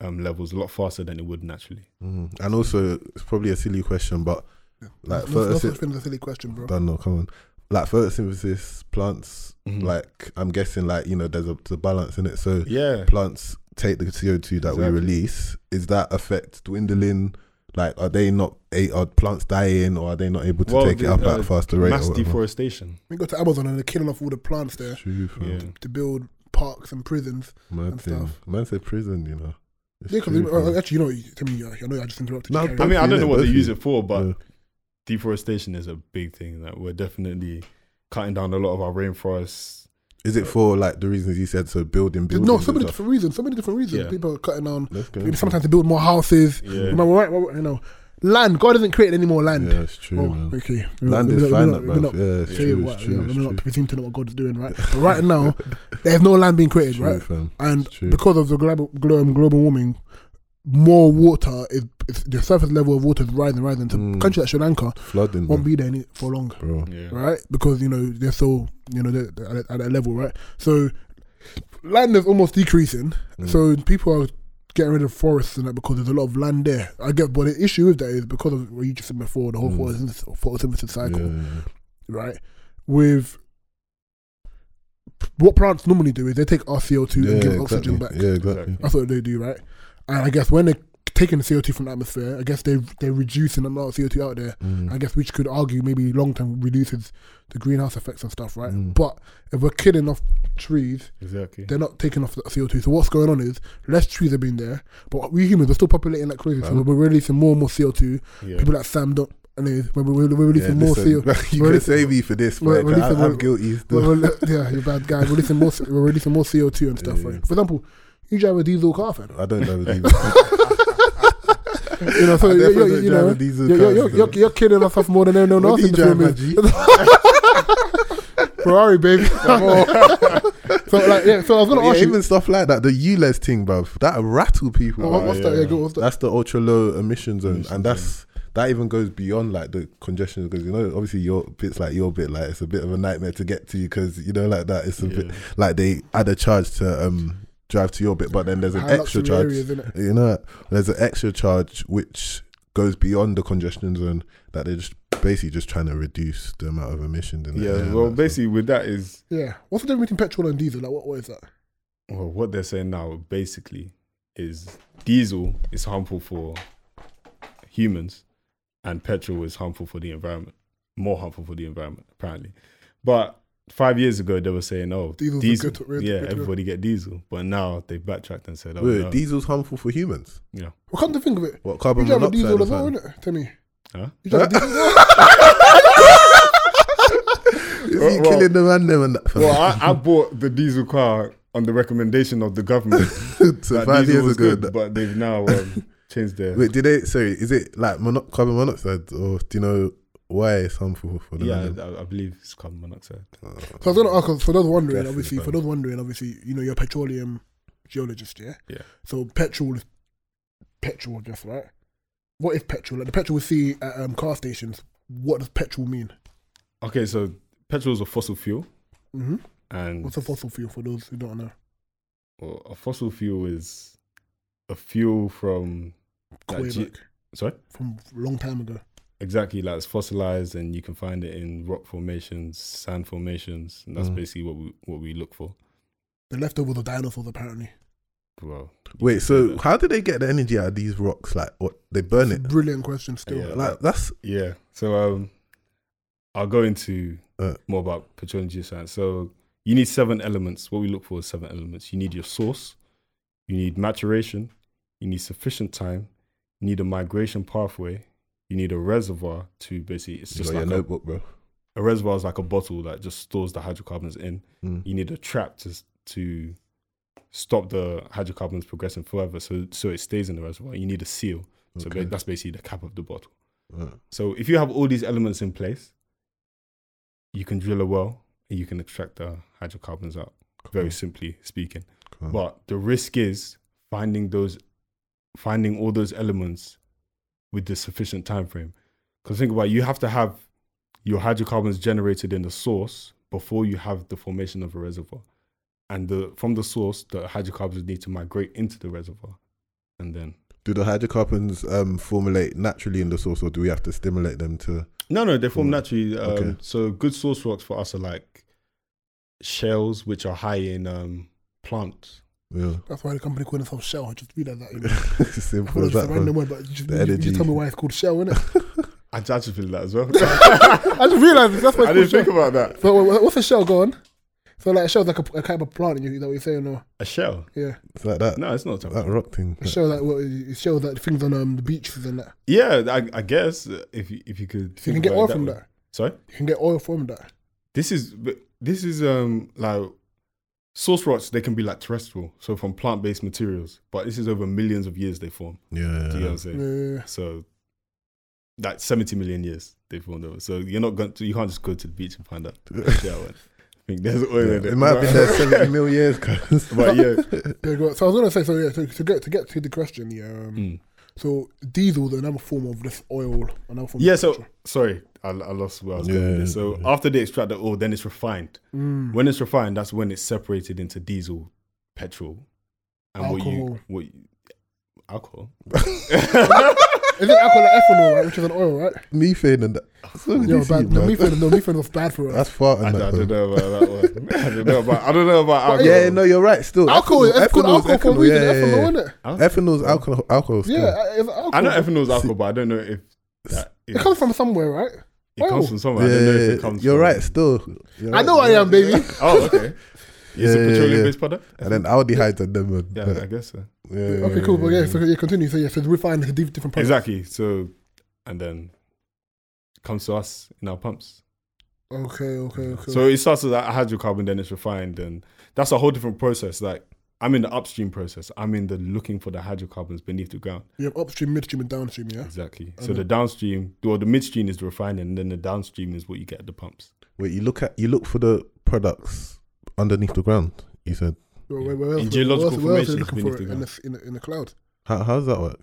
Speaker 3: um, levels a lot faster than it would naturally.
Speaker 2: Mm. And also, it's probably a silly question, but like
Speaker 1: no, no
Speaker 2: photosynthesis,
Speaker 1: such thing as a silly question, bro.
Speaker 2: don't know, come on. Like photosynthesis, plants,
Speaker 3: Mm.
Speaker 2: like I'm guessing, like you know, there's a, there's a balance in it. So
Speaker 3: yeah,
Speaker 2: plants take the CO2 that
Speaker 3: Exactly.
Speaker 2: we release. Is that effect dwindling? Like, are they not? a- Are plants dying, or are they not able to
Speaker 3: Well,
Speaker 2: take it
Speaker 3: the,
Speaker 2: up at
Speaker 3: uh,
Speaker 2: a faster rate?
Speaker 3: mass
Speaker 2: Or whatever?
Speaker 3: deforestation.
Speaker 1: We go to Amazon and they're killing off all the plants there
Speaker 2: True, fam.
Speaker 3: Yeah.
Speaker 1: to build parks and prisons.
Speaker 2: man,
Speaker 1: And
Speaker 2: thing.
Speaker 1: stuff.
Speaker 2: man said prison. You know, It's
Speaker 1: Yeah, uh, because
Speaker 2: true, fam.
Speaker 1: actually, you know, you- I mean, I know I just interrupted.
Speaker 2: No,
Speaker 1: you, carry
Speaker 3: I
Speaker 1: on.
Speaker 3: mean, I
Speaker 2: Definitely,
Speaker 3: don't know what they
Speaker 2: definitely.
Speaker 3: use it for, but
Speaker 2: Yeah.
Speaker 3: deforestation is a big thing. That we're definitely cutting down a lot of our rainforests.
Speaker 2: Is it for like the reasons you said? So building, building.
Speaker 1: no, so many different reasons. So many different reasons.
Speaker 3: Yeah.
Speaker 1: People are cutting down.
Speaker 2: Let's go.
Speaker 1: Sometimes to build more houses.
Speaker 3: Yeah,
Speaker 1: Remember, right, right, you know, land. God hasn't created any more land.
Speaker 2: Yeah, it's true,
Speaker 1: Oh,
Speaker 2: man.
Speaker 1: okay.
Speaker 2: Land
Speaker 1: We're
Speaker 2: is
Speaker 1: not- we're not-
Speaker 2: finite,
Speaker 1: we're
Speaker 2: man.
Speaker 1: not-
Speaker 2: Yeah, it's
Speaker 1: Tell you
Speaker 2: true,
Speaker 1: what,
Speaker 2: it's
Speaker 1: yeah,
Speaker 2: true, it's
Speaker 1: we're
Speaker 2: true.
Speaker 1: not pretending to know what God's doing,
Speaker 2: [laughs]
Speaker 1: right? But [laughs] right now, there's no land being created,
Speaker 2: It's
Speaker 1: right?
Speaker 2: true, fam.
Speaker 1: And
Speaker 2: It's true.
Speaker 1: because of the global, global, global warming, more water is is- the surface level of water is rising, rising. So
Speaker 2: Mm.
Speaker 1: countries like Sri Lanka
Speaker 2: Flooding,
Speaker 1: won't
Speaker 2: man,
Speaker 1: be there any, for long,
Speaker 2: bro.
Speaker 3: yeah.
Speaker 1: right? Because you know they're so you know they're, they're at, a- at a level, right? So land is almost decreasing.
Speaker 2: Mm.
Speaker 1: So people are getting rid of forests and that because there's a lot of land there. I get, but the issue with that is because of what you just said before, the whole
Speaker 2: Mm.
Speaker 1: photosynthesis, photosynthesis cycle
Speaker 2: Yeah, yeah, yeah.
Speaker 1: right? With what plants normally do is they take our CO two
Speaker 2: Yeah,
Speaker 1: and give
Speaker 2: exactly.
Speaker 1: oxygen back.
Speaker 2: Yeah, exactly.
Speaker 3: Exactly.
Speaker 1: That's what they do, right? And I guess when they're taking the CO two from the atmosphere, I guess they they're reducing the amount of CO two out there.
Speaker 2: Mm.
Speaker 1: I guess which could argue maybe long term reduces the greenhouse effects and stuff, right?
Speaker 2: Mm.
Speaker 1: But if we're killing off trees,
Speaker 3: exactly.
Speaker 1: they're not taking off the CO two. So what's going on is less trees have been there, but we humans are still populating like crazy. So
Speaker 2: Right.
Speaker 1: we're releasing more and more CO two.
Speaker 3: Yeah.
Speaker 1: People like Sam don't, and they- we're, we're we're
Speaker 2: Yeah,
Speaker 1: releasing more CO
Speaker 2: listen, [laughs] You
Speaker 1: We're-
Speaker 2: can save me for this,
Speaker 1: we're-
Speaker 2: man.
Speaker 1: we're-
Speaker 2: I-
Speaker 1: we're-
Speaker 2: I'm guilty. still.
Speaker 1: We're, we're,
Speaker 2: [laughs]
Speaker 1: yeah, you're a bad guy. We're releasing more. We're releasing more CO two and stuff.
Speaker 2: Yeah.
Speaker 1: Right? For example, you drive a diesel car, fam.
Speaker 2: I don't know.
Speaker 1: [laughs] You know, so
Speaker 2: I
Speaker 1: you're,
Speaker 2: definitely
Speaker 1: you're, you
Speaker 2: drive
Speaker 1: know,
Speaker 2: a diesel
Speaker 1: you're,
Speaker 2: car,
Speaker 1: you're,
Speaker 2: so-
Speaker 1: you're, you're killing us off more than anyone else
Speaker 2: What do
Speaker 1: in
Speaker 2: you
Speaker 1: the film
Speaker 2: drive,
Speaker 1: [laughs]
Speaker 2: my
Speaker 1: is.
Speaker 2: G?
Speaker 1: Ferrari, baby. [laughs] so like, yeah. So I was gonna
Speaker 2: Yeah,
Speaker 1: ask you,
Speaker 2: even stuff like that, the ULEZ thing, bruv, that rattle people.
Speaker 1: what-
Speaker 2: bruv.
Speaker 1: Oh, what's that? Yeah,
Speaker 3: yeah.
Speaker 1: go, what's that?
Speaker 2: That's the ultra low emission zone,
Speaker 3: Emission
Speaker 2: and that's that even goes beyond like the congestion because you know obviously your bits like your bit like it's a bit of a nightmare to get to because you know like that it's a bit
Speaker 3: Yeah.
Speaker 2: like they add a charge to um drive to your bit, but then there's an
Speaker 1: High
Speaker 2: extra
Speaker 1: luxury
Speaker 2: charge.
Speaker 1: Ah, areas, innit?
Speaker 2: You know, there's an extra charge which goes beyond the congestion zone that they just basically just trying to reduce the amount of emissions. In the air
Speaker 3: Yeah,
Speaker 2: and
Speaker 3: well,
Speaker 2: that
Speaker 3: basically with that is
Speaker 1: Yeah. What's the difference between petrol and diesel? Like, what, what is that?
Speaker 3: well, what they're saying now basically is diesel is harmful for humans and petrol is harmful for the environment, more harmful for the environment apparently. But five years ago they were saying, oh,
Speaker 1: Diesel's a
Speaker 3: diesel,
Speaker 1: good- really
Speaker 3: yeah,
Speaker 1: good to go.
Speaker 3: everybody get diesel, but now they've backtracked and said, oh,
Speaker 2: stuff. Wait,
Speaker 3: no.
Speaker 2: diesel's harmful for humans.
Speaker 3: yeah,
Speaker 1: Well, come to think of it,
Speaker 2: What
Speaker 1: you
Speaker 2: carbon
Speaker 1: drive a
Speaker 2: monoxide?
Speaker 1: diesel
Speaker 2: or
Speaker 1: as well,
Speaker 2: something?
Speaker 1: innit? Tell me.
Speaker 3: huh?
Speaker 1: You
Speaker 2: Uh,
Speaker 1: drive a diesel.
Speaker 2: [laughs] Is he
Speaker 3: Well, well-
Speaker 2: killing the man them and that?
Speaker 3: Well, I, I bought the diesel car on the recommendation of the government.
Speaker 2: [laughs] [laughs] so
Speaker 3: That
Speaker 2: five
Speaker 3: diesel
Speaker 2: years
Speaker 3: was
Speaker 2: ago. that-
Speaker 3: but they've now um, changed
Speaker 2: [laughs]
Speaker 3: their.
Speaker 2: Wait, did they? Sorry, is it like mono- carbon monoxide, or do you know why it's harmful for the
Speaker 3: yeah,
Speaker 2: man?
Speaker 3: I, I believe it's carbon monoxide.
Speaker 1: So I was gonna ask 'cause for those wondering,
Speaker 2: Definitely
Speaker 1: obviously, for
Speaker 2: fun.
Speaker 1: those wondering, obviously, you know, you're a petroleum geologist, yeah.
Speaker 3: Yeah.
Speaker 1: So petrol, is petrol, just right. What is petrol? Like the petrol we see at um, car stations. What does petrol mean?
Speaker 3: Okay, so petrol is a fossil fuel,
Speaker 1: hmm
Speaker 3: and
Speaker 1: What's a fossil fuel for those who don't know?
Speaker 3: well, a fossil fuel is a fuel from that
Speaker 1: Way
Speaker 3: ge-
Speaker 1: back,
Speaker 3: sorry,
Speaker 1: from a long time ago.
Speaker 3: exactly like it's fossilized, and you can find it in rock formations, sand formations. And that's
Speaker 2: Mm.
Speaker 3: basically what we what we look for.
Speaker 1: The leftovers of dinosaurs, apparently.
Speaker 3: Well, you
Speaker 2: Wait,
Speaker 3: can say
Speaker 2: so
Speaker 3: that.
Speaker 2: how do they get the energy out of these rocks? Like, what they burn it?
Speaker 1: Brilliant question. Still,
Speaker 3: Yeah.
Speaker 2: Like that's
Speaker 3: Yeah. So um, I'll go into
Speaker 2: Uh.
Speaker 3: more about petroleum geoscience. So you need seven elements. What we look for is seven elements. You need your source, you need maturation, you need sufficient time, you need a migration pathway, you need a reservoir to basically it's
Speaker 2: you
Speaker 3: just
Speaker 2: got your
Speaker 3: like a,
Speaker 2: notebook, bro.
Speaker 3: a reservoir is like a bottle that just stores the hydrocarbons in.
Speaker 2: Mm.
Speaker 3: You need a trap to s- to stop the hydrocarbons progressing further, so so it stays in the reservoir. You need a seal. So ba-
Speaker 2: Okay.
Speaker 3: that's basically the cap of the bottle.
Speaker 2: Uh,
Speaker 3: So if you have all these elements in place, you can drill a well and you can extract the hydrocarbons out, very simply speaking.
Speaker 2: cool.
Speaker 3: But the risk is finding those finding all those elements with the sufficient time frame. Because think about it, you have to have your hydrocarbons generated in the source before you have the formation of a reservoir. And the, from the source, the hydrocarbons need to migrate into the reservoir. And then
Speaker 2: do the hydrocarbons um, formulate naturally in the source, or do we have to stimulate them to?
Speaker 3: No, no, they form
Speaker 2: Mm.
Speaker 3: naturally. Um,
Speaker 2: Okay.
Speaker 3: So good source rocks for us are like shells, which are high in um, plant.
Speaker 2: Yeah. [laughs]
Speaker 1: that's why the company calling itself Shell. I just realized that. You know. I thought
Speaker 2: Simple
Speaker 1: it was just
Speaker 2: as that.
Speaker 1: a
Speaker 2: bro.
Speaker 1: random word, but you just,
Speaker 2: The
Speaker 1: you- you
Speaker 2: energy.
Speaker 1: just tell me why it's called Shell,
Speaker 2: [laughs]
Speaker 1: innit?
Speaker 3: I I just feel that as well. [laughs]
Speaker 1: I just realized that's why it's
Speaker 3: I
Speaker 1: called
Speaker 3: didn't
Speaker 1: Shell.
Speaker 3: think about that.
Speaker 1: So wha- wha- what's a shell? Go on. So like a shell's like a, a kind of plant. You is that what you're saying? Or
Speaker 3: A shell?
Speaker 1: yeah,
Speaker 2: It's like that.
Speaker 3: No, it's not. a
Speaker 2: That rock thing.
Speaker 1: a shell like what it shows like things on um, the beaches and that.
Speaker 3: Yeah, I, I guess uh, if you, if you could.
Speaker 1: So you can
Speaker 3: think
Speaker 1: get
Speaker 3: about it
Speaker 1: oil from
Speaker 3: way.
Speaker 1: that.
Speaker 3: Sorry,
Speaker 1: You can get oil from that.
Speaker 3: this is but this is um like source rocks. They can be like terrestrial, so from plant based materials. But this is over millions of years they form.
Speaker 2: [laughs]
Speaker 3: Do you know what
Speaker 2: Yeah.
Speaker 3: I'm saying?
Speaker 1: Yeah.
Speaker 3: So that's 70 million years they've formed over. So you're not going to, you can't just go to the beach and find out. Yeah, well, I [laughs] think there's oil in
Speaker 2: It might have been there
Speaker 3: [laughs]
Speaker 2: seventy mil years, guys.
Speaker 3: But yeah.
Speaker 1: There you go. So I was gonna say so yeah. So to get to get to the question yeah. Um,
Speaker 3: Mm.
Speaker 1: So diesel's another form of this oil. Another form.
Speaker 3: Yeah,
Speaker 1: Of
Speaker 3: so sorry, I, I lost where I was going with this.
Speaker 2: Yeah,
Speaker 3: So after they extract the oil, then it's refined.
Speaker 1: Mm.
Speaker 3: When it's refined, that's when it's separated into diesel, petrol, and
Speaker 1: Alcohol.
Speaker 3: what you, what [laughs] you, alcohol.
Speaker 1: [laughs] Is it alcohol like ethanol, right? Which is an oil, right?
Speaker 2: [laughs] methane and that. So
Speaker 1: Yo,
Speaker 2: you see,
Speaker 1: bad. No,
Speaker 2: man.
Speaker 1: methane. No, methane was bad for us.
Speaker 2: That's far.
Speaker 3: I,
Speaker 2: and
Speaker 3: don't- I
Speaker 2: that,
Speaker 3: don't
Speaker 2: bro.
Speaker 3: know about that one.
Speaker 2: [laughs]
Speaker 3: [laughs] I don't know about, I don't know about alcohol.
Speaker 2: Yeah, no, you're right. Still,
Speaker 1: Alcohol.
Speaker 2: Ethanol-
Speaker 1: It's called
Speaker 2: ethanol's
Speaker 1: alcohol for a
Speaker 2: ethanol,
Speaker 1: reason.
Speaker 2: yeah, yeah, yeah.
Speaker 1: Ethanol, innit?
Speaker 2: Ethanol's alcohol. Alcohol. Still.
Speaker 1: Yeah, it's alcohol.
Speaker 3: I know ethanol is alcohol, but I don't know if that,
Speaker 1: It comes from somewhere, right?
Speaker 3: It comes
Speaker 1: Oil.
Speaker 3: from somewhere. I don't know if it comes
Speaker 2: You're
Speaker 3: from...
Speaker 2: right, still. You're
Speaker 1: I
Speaker 2: right.
Speaker 1: know I am, baby.
Speaker 3: [laughs] Oh, okay. It's
Speaker 2: Yeah,
Speaker 3: a
Speaker 2: yeah,
Speaker 3: petroleum
Speaker 2: yeah.
Speaker 3: based product?
Speaker 2: And then aldehydes and them. And,
Speaker 3: Yeah, I guess so.
Speaker 2: yeah,
Speaker 1: Okay, cool. But yeah, so yeah, continue. So yeah, so we find the diff- different products.
Speaker 3: Exactly. So, and then comes to us in our pumps.
Speaker 1: Okay, okay, okay.
Speaker 3: So it starts as a hydrocarbon, then it's refined, and that's a whole different process. Like I'm in the upstream process. I'm in the looking for the hydrocarbons beneath the ground.
Speaker 1: you have upstream, midstream, and downstream. Yeah.
Speaker 3: Exactly. So
Speaker 1: Okay.
Speaker 3: the downstream, or the midstream is the refining, and then the downstream is what you get at the pumps.
Speaker 2: Wait, you look at you look for the products underneath the ground. You said
Speaker 1: Where, where, where
Speaker 3: In
Speaker 1: else-
Speaker 3: geological
Speaker 1: where else- where else are
Speaker 3: formations,
Speaker 1: you looking
Speaker 3: we
Speaker 1: for
Speaker 3: need
Speaker 1: it
Speaker 3: to
Speaker 1: in
Speaker 3: go.
Speaker 1: the, in, the, in the cloud.
Speaker 2: how how does that work?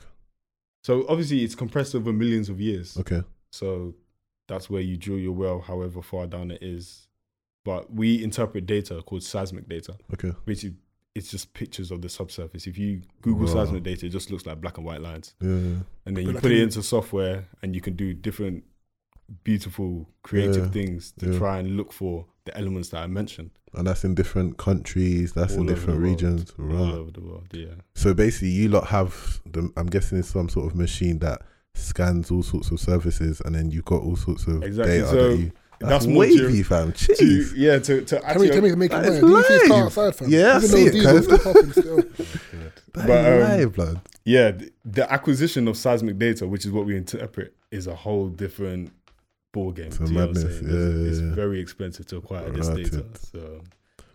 Speaker 3: So obviously it's compressed over millions of years.
Speaker 2: Okay,
Speaker 3: So that's where you drill your well, however far down it is. But we interpret data called seismic data.
Speaker 2: okay.
Speaker 3: which is it's just pictures of the subsurface. If you Google
Speaker 2: Wow.
Speaker 3: seismic data, it just looks like black and white lines.
Speaker 2: Yeah,
Speaker 3: And then
Speaker 1: But
Speaker 3: you
Speaker 1: like
Speaker 3: put it
Speaker 1: in-
Speaker 3: into software, and you can do different beautiful, creative
Speaker 2: Yeah,
Speaker 3: things to
Speaker 2: yeah.
Speaker 3: try and look for the elements that I mentioned
Speaker 2: and that's in different countries. That's
Speaker 3: All
Speaker 2: in
Speaker 3: over the
Speaker 2: different
Speaker 3: world.
Speaker 2: regions.
Speaker 3: all
Speaker 2: Right.
Speaker 3: over the world. Yeah,
Speaker 2: So basically, you lot have the. I'm guessing it's some sort of machine that scans all sorts of services, and then you've got all sorts of
Speaker 3: Exactly,
Speaker 2: data
Speaker 3: so
Speaker 2: that you. That's,
Speaker 3: that's more
Speaker 2: wavy,
Speaker 3: geo-
Speaker 2: fam.
Speaker 3: to,
Speaker 2: Jeez.
Speaker 3: yeah, to to
Speaker 1: Tell me,
Speaker 3: actually,
Speaker 1: tell me to make it
Speaker 2: That
Speaker 1: better.
Speaker 2: is
Speaker 1: Do you see his car
Speaker 2: live.
Speaker 1: outside, fam?
Speaker 2: Yeah, I
Speaker 1: Even
Speaker 2: see
Speaker 1: though
Speaker 2: it,
Speaker 1: diesel
Speaker 2: cuz.
Speaker 1: still popping still.
Speaker 2: That
Speaker 3: But,
Speaker 2: is
Speaker 3: um,
Speaker 2: live, blood.
Speaker 3: yeah, th- the acquisition of seismic data, which is what we interpret, is a whole different ball game.
Speaker 2: It's a
Speaker 3: do you know what I'm
Speaker 2: madness,
Speaker 3: saying? It's-
Speaker 2: yeah,
Speaker 3: it's
Speaker 2: yeah, yeah.
Speaker 3: very expensive to acquire this
Speaker 2: Right,
Speaker 3: data.
Speaker 2: it-
Speaker 3: So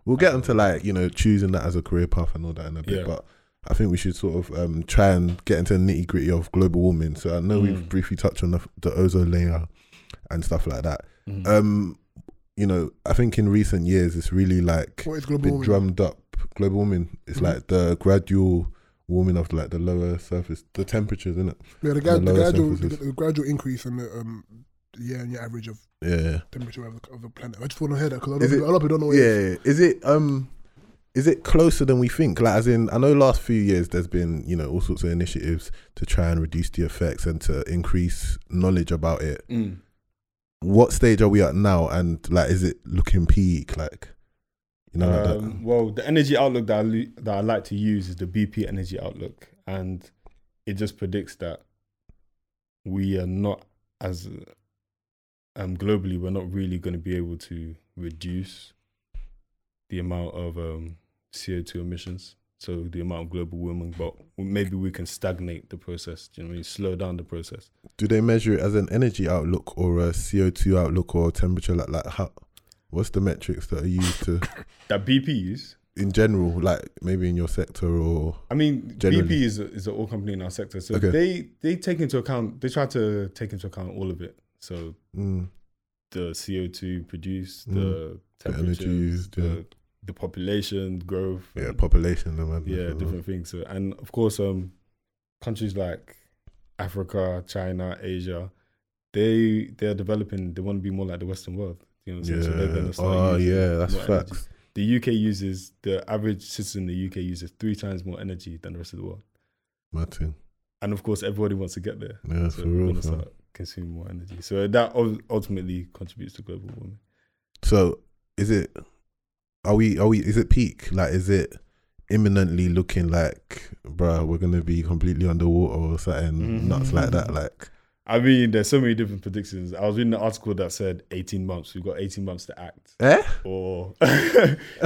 Speaker 2: We'll get onto like you know choosing that as a career path and all that in a bit,
Speaker 3: Yeah.
Speaker 2: but I think we should sort of um, try and get into the nitty gritty of global warming. So I know we've
Speaker 3: Mm.
Speaker 2: briefly touched on the, the ozone layer and stuff like that.
Speaker 3: Mm.
Speaker 2: Um, you know, I think in recent years it's really like
Speaker 1: What is global
Speaker 2: been
Speaker 1: warming?
Speaker 2: drummed up. Global warming It's
Speaker 1: Mhm.
Speaker 2: like the gradual warming of like the lower surface, the temperatures, isn't it?
Speaker 1: yeah, the,
Speaker 2: the
Speaker 1: gra- the,
Speaker 2: lowest
Speaker 1: gradual, the,
Speaker 2: emphasis.
Speaker 1: the gradual increase in the um, year and year average of
Speaker 2: Yeah.
Speaker 1: temperature of the, of the planet. I just want to hear that because a, lot
Speaker 2: Is
Speaker 1: of-
Speaker 2: it-
Speaker 1: a lot of people don't know what it is.
Speaker 2: Yeah. Is it um is it closer than we think? Like as in I know last few years there's been, you know, all sorts of initiatives to try and reduce the effects and to increase knowledge about it.
Speaker 3: mm.
Speaker 2: What stage are we at now and like is it looking peak? Like you know like
Speaker 3: Um, well, the energy outlook that I, lu- that I like to use is the BP energy outlook, and it just predicts that we are not as um, globally we're not really going to be able to reduce the amount of um, CO two emissions, so the amount of global warming, but maybe we can stagnate the process. Do you know what I mean? Slow down the process.
Speaker 2: that? Do they measure it as an energy outlook or a CO two outlook or temperature like like how what's the metrics that are used to
Speaker 3: That BP use.
Speaker 2: in general, like maybe in your sector or
Speaker 3: I mean,
Speaker 2: Generally.
Speaker 3: BP is a, is an oil company in our sector, so
Speaker 2: Okay.
Speaker 3: they they take into account they try to take into account all of it. So
Speaker 2: mm,
Speaker 3: the CO two produced,
Speaker 2: Mm.
Speaker 3: the
Speaker 2: The energy
Speaker 3: temperatures,
Speaker 2: used,
Speaker 3: the,
Speaker 2: yeah.
Speaker 3: the population growth,
Speaker 2: yeah,
Speaker 3: and-
Speaker 2: population uh-huh. and madness
Speaker 3: Mm. yeah,
Speaker 2: as well.
Speaker 3: different things. So, and of course, um, countries like Africa, China, Asia, they they are developing. They want to be more like the Western world. You know, what I'm
Speaker 2: Yeah.
Speaker 3: saying? so they're going to start.
Speaker 2: oh
Speaker 3: using
Speaker 2: yeah, that's
Speaker 3: more energy.
Speaker 2: facts.
Speaker 3: The UK uses the average citizen in the UK uses three times more energy than the rest of the world.
Speaker 2: Martin.
Speaker 3: and of course everybody wants to get there
Speaker 2: Yeah,
Speaker 3: so
Speaker 2: for
Speaker 3: we're
Speaker 2: real.
Speaker 3: gonna
Speaker 2: fam.
Speaker 3: start consuming more energy so that ul- ultimately contributes to global warming
Speaker 2: So is it are we are we is it peak? Like is it imminently looking like bruh, we're gonna be completely underwater or something nuts like that?
Speaker 3: Mm-hmm.
Speaker 2: Like
Speaker 3: i mean there's so many different predictions i was reading an article that said 18 months we've got 18 months to act
Speaker 2: Eh?
Speaker 3: or [laughs]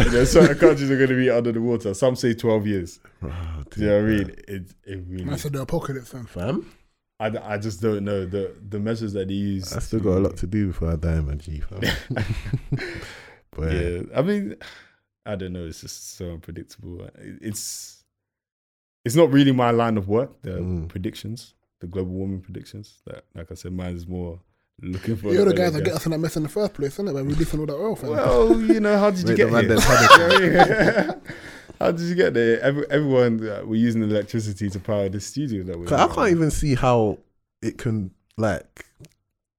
Speaker 3: you know, certain countries are going to be under the water some say 12 years
Speaker 2: Bruh,
Speaker 3: do you know what i
Speaker 2: dude,
Speaker 3: mean it, it
Speaker 1: Man
Speaker 3: really
Speaker 1: said the apocalypse, fam.
Speaker 2: Fam?
Speaker 3: I, I just don't know the the measures that they use
Speaker 2: I still got a lot to do before I die, my G
Speaker 3: [laughs]
Speaker 2: fam. but yeah.
Speaker 3: yeah i mean i don't know it's just so unpredictable It- it's it's not really my line of work the
Speaker 2: Mm.
Speaker 3: predictions the global warming predictions that like i said mine is more looking for
Speaker 1: You're the
Speaker 3: better
Speaker 1: guys that
Speaker 3: guess.
Speaker 1: get us in that mess in the first place, isn't it? By releasing all that oil, fam.
Speaker 3: well you know how did you
Speaker 2: Wait,
Speaker 3: get
Speaker 2: the man
Speaker 3: here
Speaker 2: that's
Speaker 3: [laughs] You
Speaker 2: had it.
Speaker 3: know what I mean? [laughs] how did you get there Every, everyone uh, we're using electricity to power the studio that we're
Speaker 2: 'Cause I
Speaker 3: in.
Speaker 2: can't even see how it can like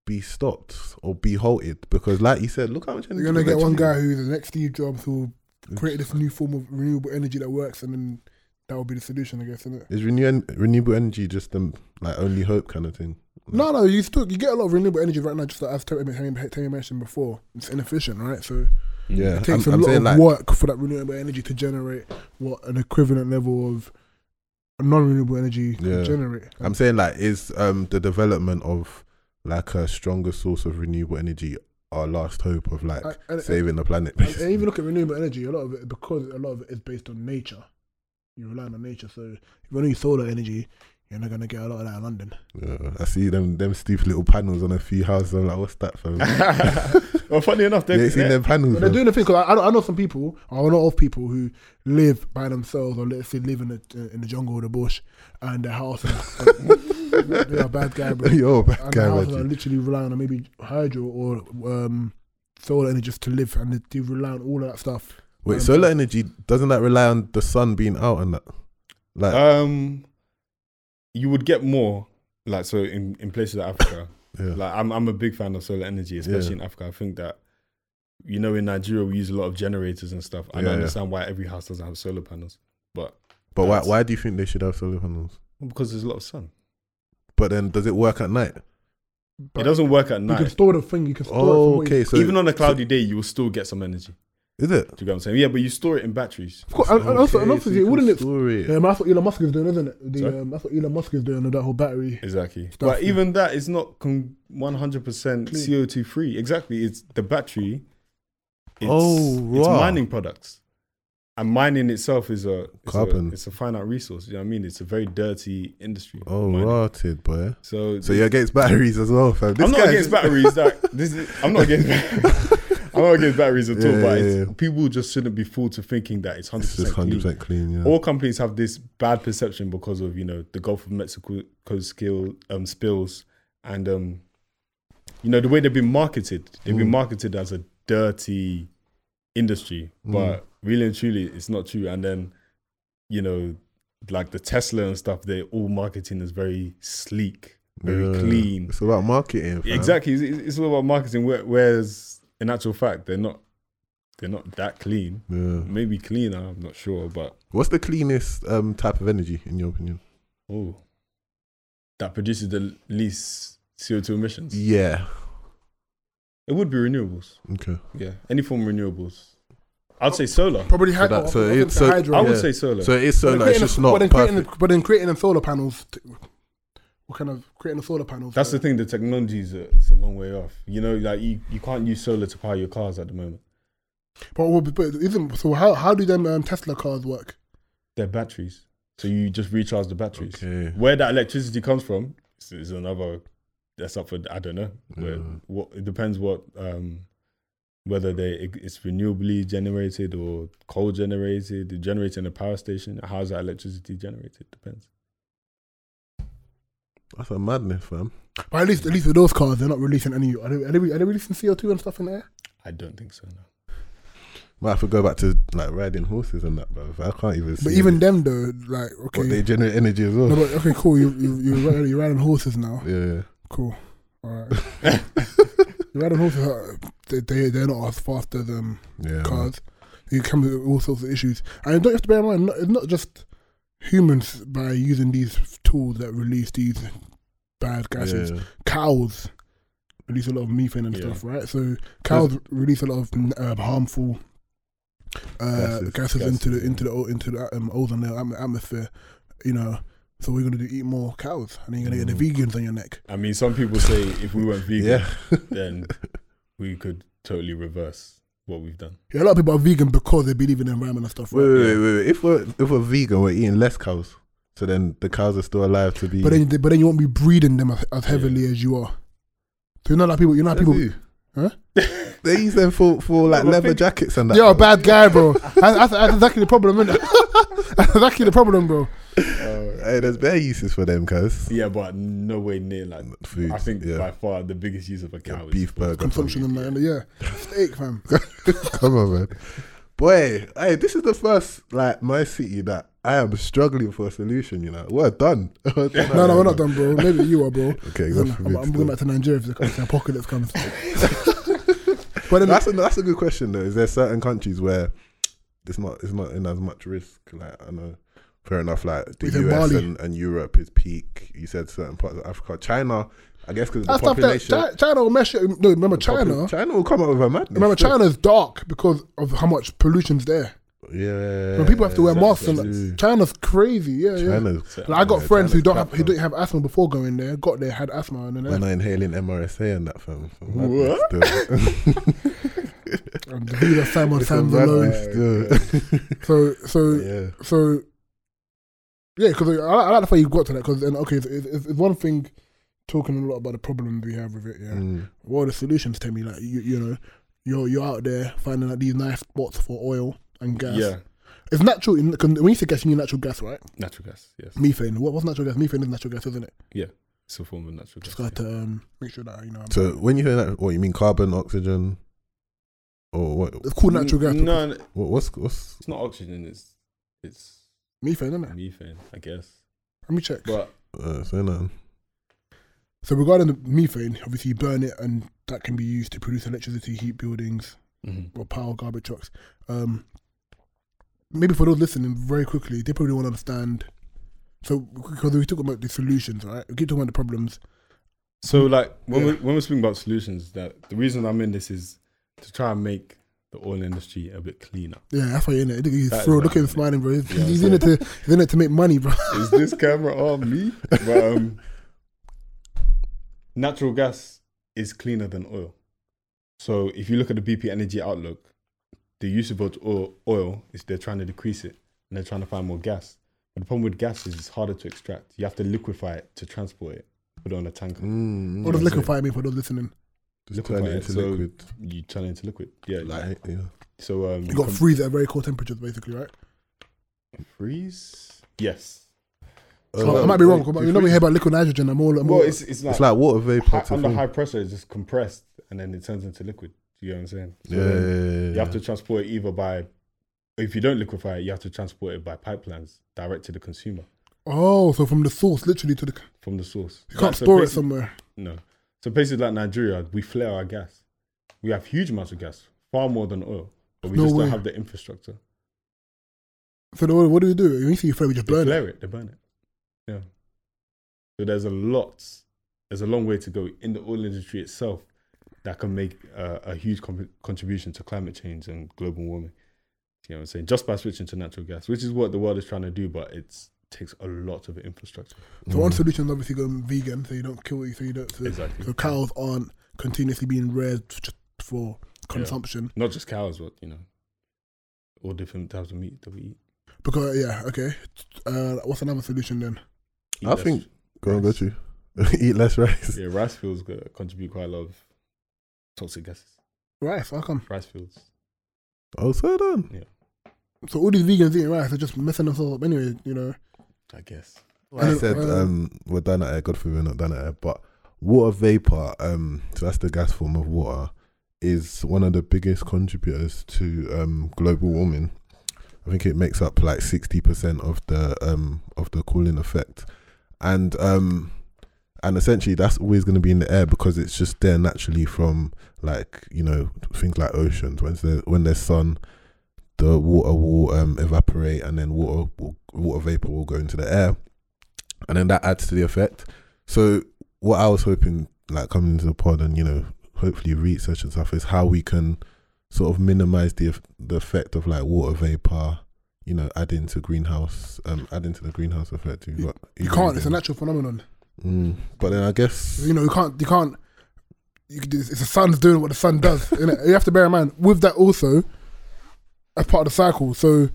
Speaker 2: be stopped or be halted because, like you said, look how much energy
Speaker 1: You're gonna get one
Speaker 2: eventually-
Speaker 1: guy who's the next Steve Jobs who created this new form of renewable energy that works, and then that will be the solution, I guess, isn't it?
Speaker 2: Is renew- renewable energy just the like only hope kind of thing?
Speaker 1: No, no, you still you get a lot of renewable energy right now, just like as Terry, Terry, Terry mentioned before. It's inefficient, right? So
Speaker 2: Yeah,
Speaker 1: it takes
Speaker 2: I'm,
Speaker 1: a
Speaker 2: I'm
Speaker 1: lot
Speaker 2: saying
Speaker 1: of
Speaker 2: like
Speaker 1: work for that renewable energy to generate what an equivalent level of non-renewable energy
Speaker 2: Yeah.
Speaker 1: can generate.
Speaker 2: I'm saying like is um the development of like a stronger source of renewable energy our last hope of like
Speaker 1: And- and-
Speaker 2: saving the planet?
Speaker 1: And, and
Speaker 2: basically?
Speaker 1: even look at renewable energy, a lot of it because a lot of it is based on nature. You're relying on nature, so if you only solar energy, you're not gonna get a lot of that in London.
Speaker 2: Yeah, I see them them stupid little panels on a few houses. I'm like, what's that
Speaker 1: [laughs]
Speaker 2: [laughs] for?
Speaker 3: well funny enough
Speaker 2: they
Speaker 3: they're,
Speaker 2: ain't seen them panels.
Speaker 1: But they're
Speaker 2: fam.
Speaker 1: doing the thing because I, I know- I know some people, I know of people who live by themselves, or let's say live in the uh, in the jungle or the bush, and their house.
Speaker 2: [laughs]
Speaker 1: they're a bad guy, bro.
Speaker 2: Yo, bad
Speaker 1: and
Speaker 2: guy,
Speaker 1: the houses
Speaker 2: Reggie.
Speaker 1: are literally relying on maybe hydro or um, solar energy just to live, and they do rely on all of that stuff.
Speaker 2: Wait,
Speaker 1: Um,
Speaker 2: solar energy doesn't that rely on the sun being out and that? Like,
Speaker 3: um you would get more like so in, in places like africa
Speaker 2: [laughs] yeah.
Speaker 3: Like I'm I'm a big fan of solar energy, especially in Africa. I think that you know in Nigeria we use a lot of generators and stuff. I
Speaker 2: Yeah,
Speaker 3: don't
Speaker 2: yeah.
Speaker 3: understand why every house doesn't have solar panels, but
Speaker 2: but why
Speaker 3: that's-
Speaker 2: why do you think they should have solar panels?
Speaker 3: well, because there's a lot of sun.
Speaker 2: But then, does it work at night?
Speaker 1: But
Speaker 3: it doesn't work at
Speaker 1: You can
Speaker 3: night.
Speaker 1: store the thing. You can store it.
Speaker 2: Oh,
Speaker 1: from
Speaker 2: okay. So
Speaker 3: Even on a cloudy day, you will still get some energy.
Speaker 2: is it?
Speaker 3: Do you get what I'm saying? Yeah, but you store it in batteries.
Speaker 1: Of course, and, and also, and
Speaker 2: Okay,
Speaker 1: also
Speaker 2: so you can
Speaker 1: wouldn't it?
Speaker 2: store it?
Speaker 1: Yeah, man, that's what Elon Musk is doing, isn't it?
Speaker 3: Sorry?
Speaker 1: The, um, that's what Elon Musk is doing with that whole battery.
Speaker 3: Exactly.
Speaker 1: Stuff,
Speaker 3: But
Speaker 1: yeah.
Speaker 3: even that is not con- 100% CO2 free. Exactly. It's the battery. It's,
Speaker 2: Oh,
Speaker 3: It's
Speaker 2: wow.
Speaker 3: mining products. And mining itself is a it's
Speaker 2: Carbon.
Speaker 3: A, it's a finite resource. You know what I mean? It's a very dirty industry.
Speaker 2: Oh,
Speaker 3: mining.
Speaker 2: rotted, boy.
Speaker 3: So,
Speaker 2: So you're against batteries as well, fam. This
Speaker 3: I'm not
Speaker 2: guy's-
Speaker 3: against batteries. That this is, I'm not
Speaker 2: [laughs]
Speaker 3: against. I'm not against batteries at all.
Speaker 2: Yeah,
Speaker 3: But
Speaker 2: yeah,
Speaker 3: it's,
Speaker 2: yeah.
Speaker 3: people just shouldn't be fooled to thinking that it's 100%
Speaker 2: It's just
Speaker 3: clean.
Speaker 2: 100% clean, yeah.
Speaker 3: All companies have this bad perception because of you know the Gulf of Mexico skill um, spills and um, you know the way they've been marketed. They've been
Speaker 2: Mm.
Speaker 3: marketed as a dirty industry,
Speaker 2: Mm.
Speaker 3: but really and truly, it's not true. And then you know, like the Tesla and stuff, they're all marketing is very sleek, very
Speaker 2: Yeah.
Speaker 3: clean.
Speaker 2: It's about marketing, fam.
Speaker 3: Exactly, it's, it's all about marketing. where- Whereas, in actual fact, they're not they're not that clean.
Speaker 2: Yeah.
Speaker 3: Maybe cleaner, I'm not sure, but
Speaker 2: What's the cleanest um, type of energy, in your opinion?
Speaker 3: oh, that produces the least CO two emissions.
Speaker 2: Yeah.
Speaker 3: It would be renewables.
Speaker 2: Okay.
Speaker 3: Yeah, any form of renewables. I'd say solar.
Speaker 1: Probably hy-
Speaker 2: So that-
Speaker 1: oh,
Speaker 2: so
Speaker 1: I think
Speaker 2: it-
Speaker 1: it's
Speaker 2: so-
Speaker 1: hydro.
Speaker 3: I would
Speaker 2: yeah.
Speaker 3: say solar.
Speaker 2: So it is
Speaker 1: But then
Speaker 2: solar, it's
Speaker 1: creating
Speaker 2: just
Speaker 1: a-
Speaker 2: not
Speaker 1: but then creating,
Speaker 2: perfect.
Speaker 1: the, but then creating the solar panels. t- What kind of creating the solar panels?
Speaker 3: That's
Speaker 1: uh,
Speaker 3: the thing. The technology is a, it's a long way off. You know, like you, you can't use solar to power your cars at the moment.
Speaker 1: But, what- but isn't so? How how do them um, Tesla cars work?
Speaker 3: They're batteries, so you just recharge the batteries.
Speaker 2: Okay.
Speaker 3: where that electricity comes from is, is another that's up for i don't know where,
Speaker 2: Yeah.
Speaker 3: what it depends what um whether they it's renewably generated or coal generated it generated in a power station how's that electricity generated depends
Speaker 2: That's a madness, fam.
Speaker 1: But at least at least with those cars, they're not releasing any. Are they, are they, are they releasing CO two and stuff in there?
Speaker 3: i don't think so no
Speaker 2: Might have to go back to like riding horses and that, bro. I can't even.
Speaker 1: But
Speaker 2: see
Speaker 1: even them though, like
Speaker 2: what
Speaker 1: okay,
Speaker 2: they generate energy as well.
Speaker 1: no, but, okay, cool. You you you riding, you're riding horses now.
Speaker 2: yeah.
Speaker 1: Cool. All right. you're [laughs] riding horses. uh, They they they're not as fast as um
Speaker 2: Yeah. man.
Speaker 1: cards. You come with all sorts of issues, and you don't have to bear in mind. Not, it's not just humans by using these tools that release these bad gases.
Speaker 2: Yeah.
Speaker 1: Cows release a lot of methane and
Speaker 3: Yeah.
Speaker 1: stuff, right? So cows release a lot of um, harmful uh,
Speaker 2: Gases.
Speaker 1: gases, into
Speaker 3: Gases,
Speaker 1: the
Speaker 3: yeah.
Speaker 1: into the o- into the um, ozone layer, atm- atmosphere. You know, so we're gonna do eat more cows, and then you're gonna get
Speaker 2: Mm.
Speaker 1: the vegans on your neck.
Speaker 3: i mean some people say if we weren't vegan
Speaker 2: Yeah.
Speaker 3: then we could totally reverse what we've
Speaker 2: [laughs]
Speaker 3: done
Speaker 1: Yeah, a lot of people are vegan because they believe in the environment and stuff, right?
Speaker 2: Wait, wait, wait, wait, wait. If we're if we're vegan, we're eating less cows. So then the cows are still alive to be.
Speaker 1: But then, but then you won't be breeding them as, as heavily as you are. So you're not like people. You're not
Speaker 2: They
Speaker 1: like people.
Speaker 2: do.
Speaker 1: Huh?
Speaker 2: They use them for for like
Speaker 3: but
Speaker 2: leather
Speaker 3: think-
Speaker 2: jackets and that.
Speaker 1: You're a
Speaker 2: bro.
Speaker 1: bad guy,
Speaker 2: [laughs]
Speaker 1: bro. that's, that's, that's exactly the problem, isn't it? [laughs] that's [laughs] exactly the problem, bro.
Speaker 2: Hey, there's better uses for them, cuz.
Speaker 3: Uh, yeah but no way near like
Speaker 2: Food.
Speaker 3: i think
Speaker 2: yeah.
Speaker 3: by far the biggest use of a
Speaker 2: Yeah,
Speaker 3: cow is
Speaker 2: beef burger.
Speaker 1: Consumption and that, yeah. Steak, fam.
Speaker 2: [laughs] Come on, man. Boy, hey, this is the first like my city that I am struggling for a solution. You know, we're done. [laughs] no,
Speaker 1: No, no, we're not done, bro. Maybe you are,
Speaker 2: [laughs]
Speaker 1: bro.
Speaker 2: Okay,
Speaker 1: I'm,
Speaker 2: God
Speaker 1: I'm-
Speaker 2: forbid.
Speaker 1: I'm going
Speaker 2: still.
Speaker 1: back to Nigeria if the, if the apocalypse
Speaker 2: [laughs]
Speaker 1: comes. [laughs] but then,
Speaker 2: that's a, that's a good question though. Is there certain countries where it's not it's not in as much risk? Like I know, fair enough. Like the
Speaker 1: We said
Speaker 2: US
Speaker 1: Mali.
Speaker 2: and, and Europe is peak. You said certain parts of Africa, China. I guess because the
Speaker 1: that's stuff that
Speaker 2: population.
Speaker 1: China, China will mess you. No, remember
Speaker 2: the popu-
Speaker 1: China.
Speaker 2: China will come up with a madness.
Speaker 1: Remember
Speaker 2: still.
Speaker 1: China's dark because of how much pollution's there.
Speaker 2: Yeah.
Speaker 1: When people have to wear masks
Speaker 3: exactly.
Speaker 1: and that. China's crazy. Yeah, yeah.
Speaker 2: China's.
Speaker 3: So-
Speaker 1: Like I got
Speaker 2: Yeah,
Speaker 1: friends who
Speaker 2: China's
Speaker 1: don't
Speaker 2: crap,
Speaker 1: have who
Speaker 2: man.
Speaker 1: don't have asthma before going there. Got there, had asthma, and then
Speaker 2: When I inhaling MRSA and that film.
Speaker 3: What?
Speaker 1: [laughs] and the visa Simon Sam's alone. [laughs] So so
Speaker 2: Yeah.
Speaker 1: so yeah, because I, I like the way you got to that. Because then okay, it's, it's, it's one thing talking a lot about the problems we have with it. Yeah,
Speaker 2: Mm.
Speaker 1: what are the solutions? Tell me, like you you know, you're you're out there finding out these nice spots for oil and gas.
Speaker 3: yeah
Speaker 1: it's natural. in- 'cause when you say gas, you mean natural gas, right?
Speaker 3: natural gas yes
Speaker 1: Methane. What was natural gas? Methane is natural gas, isn't it?
Speaker 3: It's a form of natural
Speaker 1: Just
Speaker 3: gas,
Speaker 1: got to um, make sure that you know. I'm-
Speaker 2: So when you hear that, what you mean carbon, oxygen, or what?
Speaker 1: it's called
Speaker 3: yeah.
Speaker 1: natural gas. because
Speaker 3: mm, No, no,
Speaker 2: what what's what's
Speaker 3: it's not oxygen. It's it's
Speaker 1: Methane, isn't it?
Speaker 3: methane, I guess.
Speaker 1: Let me check.
Speaker 3: But
Speaker 2: uh, so now?
Speaker 1: So regarding the methane, obviously you burn it and that can be used to produce electricity, heat buildings,
Speaker 3: Mm-hmm.
Speaker 1: or power garbage trucks. Um, maybe for those listening, very quickly, they probably won't understand. So because we talk about the solutions, right? We keep talking about the problems.
Speaker 3: So like when we
Speaker 1: Yeah.
Speaker 3: when we're speaking about solutions, that the reason I'm in this is to try and make the oil industry a bit cleaner.
Speaker 1: Yeah, that's why you're in it. He's
Speaker 3: That is
Speaker 1: throw,
Speaker 3: what
Speaker 1: look at
Speaker 3: I'm
Speaker 1: him smiling, bro. He's,
Speaker 3: Yeah,
Speaker 1: he's
Speaker 3: so-
Speaker 1: in it to he's in it to make money, bro.
Speaker 3: is this camera on me? But um, natural gas is cleaner than oil. So if you look at the BP Energy Outlook, the use of oil, oil is they're trying to decrease it and they're trying to find more gas. But the problem with gas is it's harder to extract. You have to liquefy it to transport it, put it on a tanker.
Speaker 2: Mm,
Speaker 1: What does
Speaker 2: that's
Speaker 3: Yeah, liquid-
Speaker 1: liquefy mean for those listening?
Speaker 2: it. Just
Speaker 3: look
Speaker 2: turn
Speaker 3: like
Speaker 2: it
Speaker 3: it,
Speaker 2: into
Speaker 3: so-
Speaker 2: liquid.
Speaker 3: You turn it into liquid. Yeah.
Speaker 2: Like, yeah.
Speaker 3: so um,
Speaker 1: You got
Speaker 3: com-
Speaker 1: freeze at very cold temperatures, basically, right?
Speaker 3: freeze. Yes.
Speaker 1: So
Speaker 2: Uh,
Speaker 1: I might be wrong.
Speaker 3: wait,
Speaker 1: But
Speaker 3: you
Speaker 1: you know we
Speaker 3: freeze-
Speaker 1: hear about liquid nitrogen. I'm all. I'm
Speaker 3: Well,
Speaker 1: all
Speaker 3: it's it's like,
Speaker 2: It's like water
Speaker 3: hi-
Speaker 2: vapor. to
Speaker 3: under
Speaker 2: film.
Speaker 3: high pressure, it's just compressed and then it turns into liquid. Do you know what I'm saying? So
Speaker 2: yeah, yeah,
Speaker 3: then-
Speaker 2: yeah, yeah.
Speaker 3: You have to transport it either by, if you don't liquefy it, you have to transport it by pipelines direct to the consumer
Speaker 1: oh, so from the source, literally to the
Speaker 3: from the source.
Speaker 1: you can't
Speaker 3: Like, so
Speaker 1: store it
Speaker 3: places-
Speaker 1: somewhere.
Speaker 3: No. So places like Nigeria, we flare our gas. We have huge amounts of gas, far more than oil, but we
Speaker 1: No
Speaker 3: just
Speaker 1: way.
Speaker 3: don't have the infrastructure.
Speaker 1: So then what, what do we do? When you see your flare, we just
Speaker 3: They
Speaker 1: burn it.
Speaker 3: flare it. they burn it. Yeah. So there's a lot, there's a long way to go in the oil industry itself that can make uh, a huge com- contribution to climate change and global warming. You know what I'm saying? Just by switching to natural gas, which is what the world is trying to do, but it takes a lot of infrastructure.
Speaker 2: Mm.
Speaker 1: So
Speaker 3: Mm.
Speaker 1: one solution is obviously going vegan, so you don't kill you, so you don't. So,
Speaker 3: Exactly.
Speaker 1: so cows aren't continuously being reared just for consumption
Speaker 3: Not just cows, but you know, all different types of meat that we eat.
Speaker 1: because yeah, okay. Uh, what's another solution then?
Speaker 3: Eat
Speaker 2: I
Speaker 3: less-
Speaker 2: think- Go on, go
Speaker 3: rice.
Speaker 2: to. [laughs] Eat less rice.
Speaker 3: yeah, rice fields go- contribute quite a lot of toxic gases.
Speaker 1: Rice. How come?
Speaker 3: Rice fields.
Speaker 2: Oh, so done.
Speaker 1: So all these vegans eating rice are just messing themselves up anyway. You know.
Speaker 3: I guess.
Speaker 2: I
Speaker 1: And,
Speaker 2: said
Speaker 1: um,
Speaker 2: um, we're done at air. God forbid we're not done at air. But water vapor, um, so that's the gas form of water, is one of the biggest contributors to um, global warming. I think it makes up like sixty percent of the um, of the cooling effect, and um, and essentially that's always going to be in the air because it's just there naturally from like you know things like oceans when there when there's sun. The water will um, evaporate, and then water will, water vapor will go into the air, and then that adds to the effect. So what I was hoping, like coming into the pod and you know, hopefully research and stuff, is how we can sort of minimize the eff- the effect of like water vapor, you know, adding to greenhouse, um, adding to the greenhouse effect. You've
Speaker 1: You-
Speaker 2: got,
Speaker 1: You can't. It's a natural phenomenon.
Speaker 2: Mm, but then I guess
Speaker 1: You know. You can't. You can't. You can do this. It's the sun's doing what the sun does. [laughs] innit? You have to bear in mind with that also, as part of the cycle. So,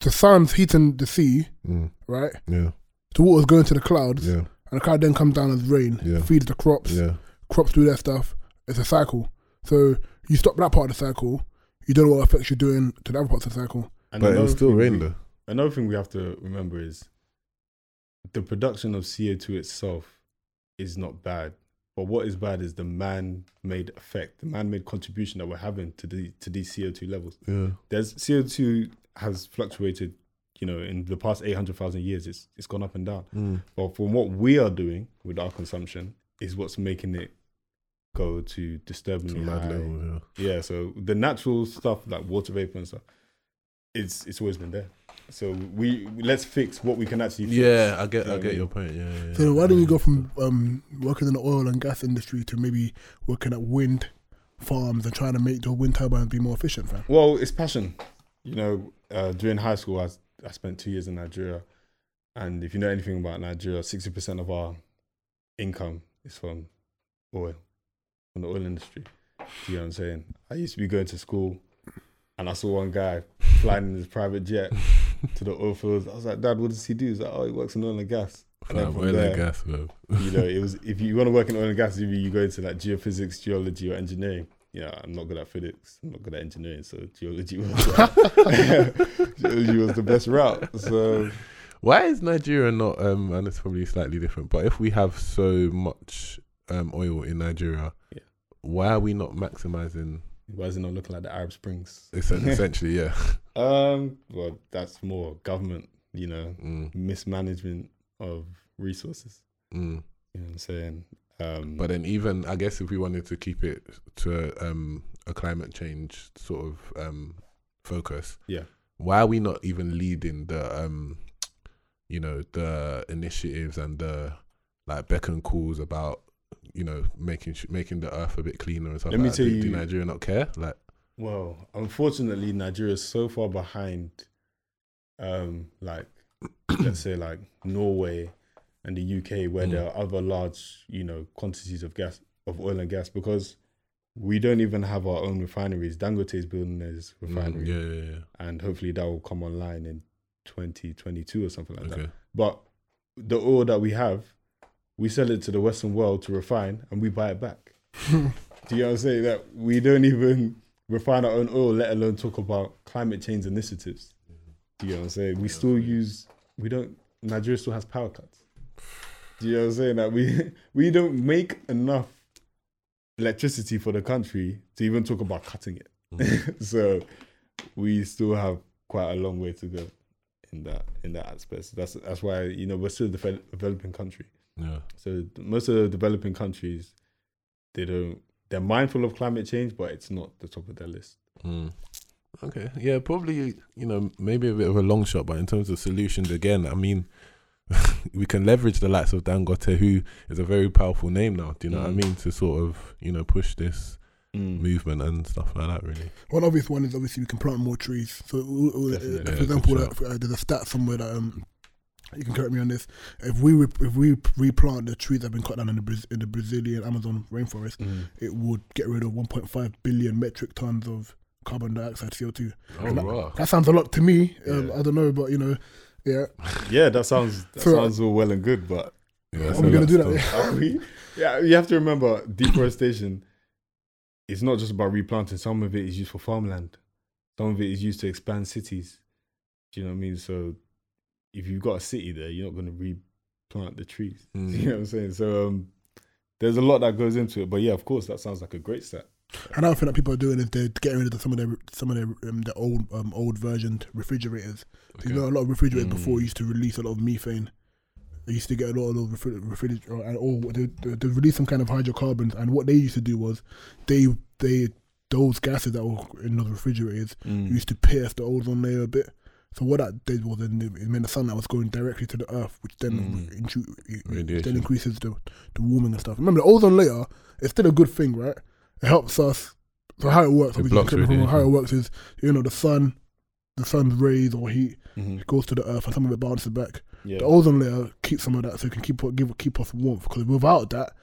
Speaker 1: the sun's heating the sea,
Speaker 2: Mm,
Speaker 1: right?
Speaker 2: yeah,
Speaker 1: The water's going to the clouds,
Speaker 2: yeah,
Speaker 1: and the cloud then comes down as rain,
Speaker 2: Yeah.
Speaker 1: feeds the crops.
Speaker 2: yeah,
Speaker 1: crops do their stuff. It's a cycle. So you stop that part of the cycle, you don't know what effects you're doing to the other parts of the cycle.
Speaker 3: And
Speaker 2: but it
Speaker 3: another
Speaker 2: was still
Speaker 3: thing
Speaker 2: rain
Speaker 3: we-
Speaker 2: though.
Speaker 3: another thing we have to remember is the production of CO2 itself is not bad. But what is bad is the man-made effect, the man-made contribution that we're having to the to these CO2 levels.
Speaker 2: Yeah,
Speaker 3: There's CO2 has fluctuated, you know, in the past 800,000 years. It's it's gone up and down.
Speaker 2: Mm,
Speaker 3: But from what we are doing with our consumption is what's making it go to
Speaker 2: to
Speaker 3: disturbingly
Speaker 2: mad
Speaker 3: high.
Speaker 2: level. Yeah.
Speaker 3: Yeah, so the natural stuff like water vapor and stuff, it's it's always been there. So we let's fix what we can actually. Fix.
Speaker 2: Yeah, I get,
Speaker 3: I get your
Speaker 2: point. Yeah.
Speaker 1: So why don't you go from um, working in the oil and gas industry to maybe working at wind farms and trying to make the wind turbines be more efficient, fam?
Speaker 3: Well, it's passion. You know, uh, during high school, I I spent two years in Nigeria, and if you know anything about Nigeria, sixty percent of our income is from oil, from the oil industry. Do you know what I'm saying? I used to be going to school, and I saw one guy flying in his private jet to the oil fields. I was like, Dad, what does he do? He's like, Oh, he works in oil and gas. And then from there-
Speaker 2: gas, bro.
Speaker 3: you know, it was if you want to work in oil and gas, either you go into like geophysics, geology, or engineering. Yeah, I'm not good at physics. I'm not good at engineering, so [laughs] geology was uh, [laughs] geology was the best route. So
Speaker 2: Why is Nigeria not? Um, and it's probably slightly different. But if we have so much um, oil in Nigeria,
Speaker 3: Yeah.
Speaker 2: why are we not maximizing?
Speaker 3: why is it not looking like the Arab Springs? [laughs]
Speaker 2: Essentially, yeah.
Speaker 3: Um, well, that's more government, you know,
Speaker 2: Mm,
Speaker 3: mismanagement of resources.
Speaker 2: mm.
Speaker 3: You know what I'm saying? Um,
Speaker 2: But then, even I guess if we wanted to keep it to um, a climate change sort of um, focus,
Speaker 3: Yeah.
Speaker 2: Why are we not even leading the, um, you know, the initiatives and the like beck and calls about you know making sh- making the earth a bit cleaner and stuff.
Speaker 3: Let
Speaker 2: like
Speaker 3: me
Speaker 2: that.
Speaker 3: tell
Speaker 2: do,
Speaker 3: you-
Speaker 2: do Nigeria not care? Like,
Speaker 3: Well, unfortunately, Nigeria is so far behind, um, like let's say like Norway and the UK,
Speaker 2: Mm.
Speaker 3: where there are other large, you know, quantities of gas of oil and gas because we don't even have our own refineries. Dangote is building his refinery,
Speaker 2: mm, yeah, yeah, yeah.
Speaker 3: and hopefully that will come online in 2022 or something like that.
Speaker 2: Okay.
Speaker 3: But the oil that we have, we sell it to the Western world to refine, and we buy it back. Do you know what I'm saying? That we don't even refine our own oil, let alone talk about climate change initiatives. Do you know what I'm saying? We still use, we don't, Nigeria still has power cuts. Do you know what I'm saying? That we, [laughs] we don't make enough electricity for the country to even talk about cutting it. [laughs] so we still have quite a long way to go in that in that aspect. So that's that's why you know we're still a devel- developing country.
Speaker 2: Yeah.
Speaker 3: So th- most of the developing countries, they don't they're mindful of climate change, but it's not the top of their list.
Speaker 2: Mm. Okay. Yeah, probably, you know, maybe a bit of a long shot, but in terms of solutions, again, I mean, [laughs] we can leverage the likes of Dangote, who is a very powerful name now. Do you know what I
Speaker 3: Mm.
Speaker 2: mean? To sort of, you know, push this Mm. movement and stuff like that, really.
Speaker 1: One obvious one is obviously we can plant more trees. So, uh, uh,
Speaker 3: Definitely,
Speaker 1: for
Speaker 2: yeah,
Speaker 1: example,
Speaker 2: good
Speaker 1: like, uh, there's a stat somewhere that um, you can correct me on this. If we re- if we replant the trees that have been cut down in the Braz- in the Brazilian Amazon rainforest,
Speaker 3: Mm.
Speaker 1: it would get rid of 1.5 billion metric tons of carbon dioxide CO2.
Speaker 2: Oh, wow.
Speaker 1: That sounds a lot to me. Um,
Speaker 2: Yeah.
Speaker 1: I don't know, but you know, yeah,
Speaker 3: Yeah, that sounds that
Speaker 1: So-
Speaker 3: sounds all well and good, but [laughs]
Speaker 2: Yeah,
Speaker 1: I'm
Speaker 2: so
Speaker 1: gonna
Speaker 2: that's
Speaker 1: do that.
Speaker 2: still-
Speaker 3: are we? Yeah, you have to remember deforestation. It's not just about replanting. Some of it is used for farmland. Some of it is used to expand cities. Do you know what I mean? So if you've got a city there, you're not going to replant the trees.
Speaker 2: Mm.
Speaker 3: [laughs] You know what I'm saying? So um, there's a lot that goes into it. But yeah, of course, that sounds like a great set.
Speaker 1: Another thing that people are doing is they're getting rid of some of their some of their um, their old um, old versioned refrigerators. So You
Speaker 2: Okay.
Speaker 1: know, a lot of refrigerators before
Speaker 3: Mm.
Speaker 1: used to release a lot of methane. They used to get a lot of refri- refrigerator and or they, they they release some kind of hydrocarbons. And what they used to do was they they those gases that were in those refrigerators
Speaker 2: Mm.
Speaker 1: used to pierce the ozone layer a bit. So what that did was then it meant the sunlight was going directly to the earth, which then
Speaker 2: Mm.
Speaker 1: intru- it- it
Speaker 2: Radiation.
Speaker 1: then increases the, the warming and stuff. Remember, the ozone layer is still a good thing, right? It helps us. So how it works,
Speaker 2: It
Speaker 1: obviously,
Speaker 2: blocks
Speaker 1: correct me if I'm wrong, how it
Speaker 2: radiation.
Speaker 1: works is you know the sun, the sun's rays or heat
Speaker 3: Mhm.
Speaker 2: Mm.
Speaker 1: it goes to the earth and some of it bounces back.
Speaker 3: Yeah.
Speaker 1: The ozone layer keeps some of that, so it can keep give keep us warmth. Because without that,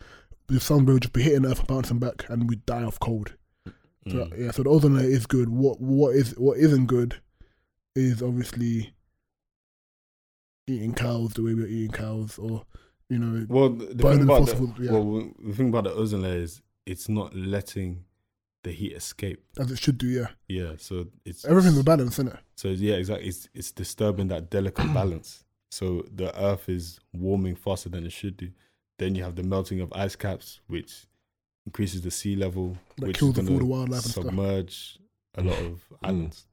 Speaker 1: the sun will just be hitting the earth and bouncing back, and we die of cold. So,
Speaker 3: Mm.
Speaker 1: Yeah, so the ozone layer is good. What what is what isn't good is obviously eating cows the way we're eating cows, or you know,
Speaker 3: Well, the the thing
Speaker 1: burning
Speaker 3: about
Speaker 1: fossil
Speaker 3: the,
Speaker 1: fuels, yeah.
Speaker 3: well, the thing about the ozone layer is it's not letting the heat escape.
Speaker 1: as it should do. Yeah,
Speaker 3: Yeah, so it's
Speaker 1: everything's a balance, isn't it?
Speaker 3: So yeah, exactly. It's it's disturbing that delicate balance. So the Earth is warming faster than it should do. Then you have the melting of ice caps, which increases the sea level,
Speaker 1: That
Speaker 3: which
Speaker 1: kills
Speaker 3: is
Speaker 1: off all
Speaker 3: gonna
Speaker 1: the wildlife and stuff.
Speaker 3: submerge a lot of islands.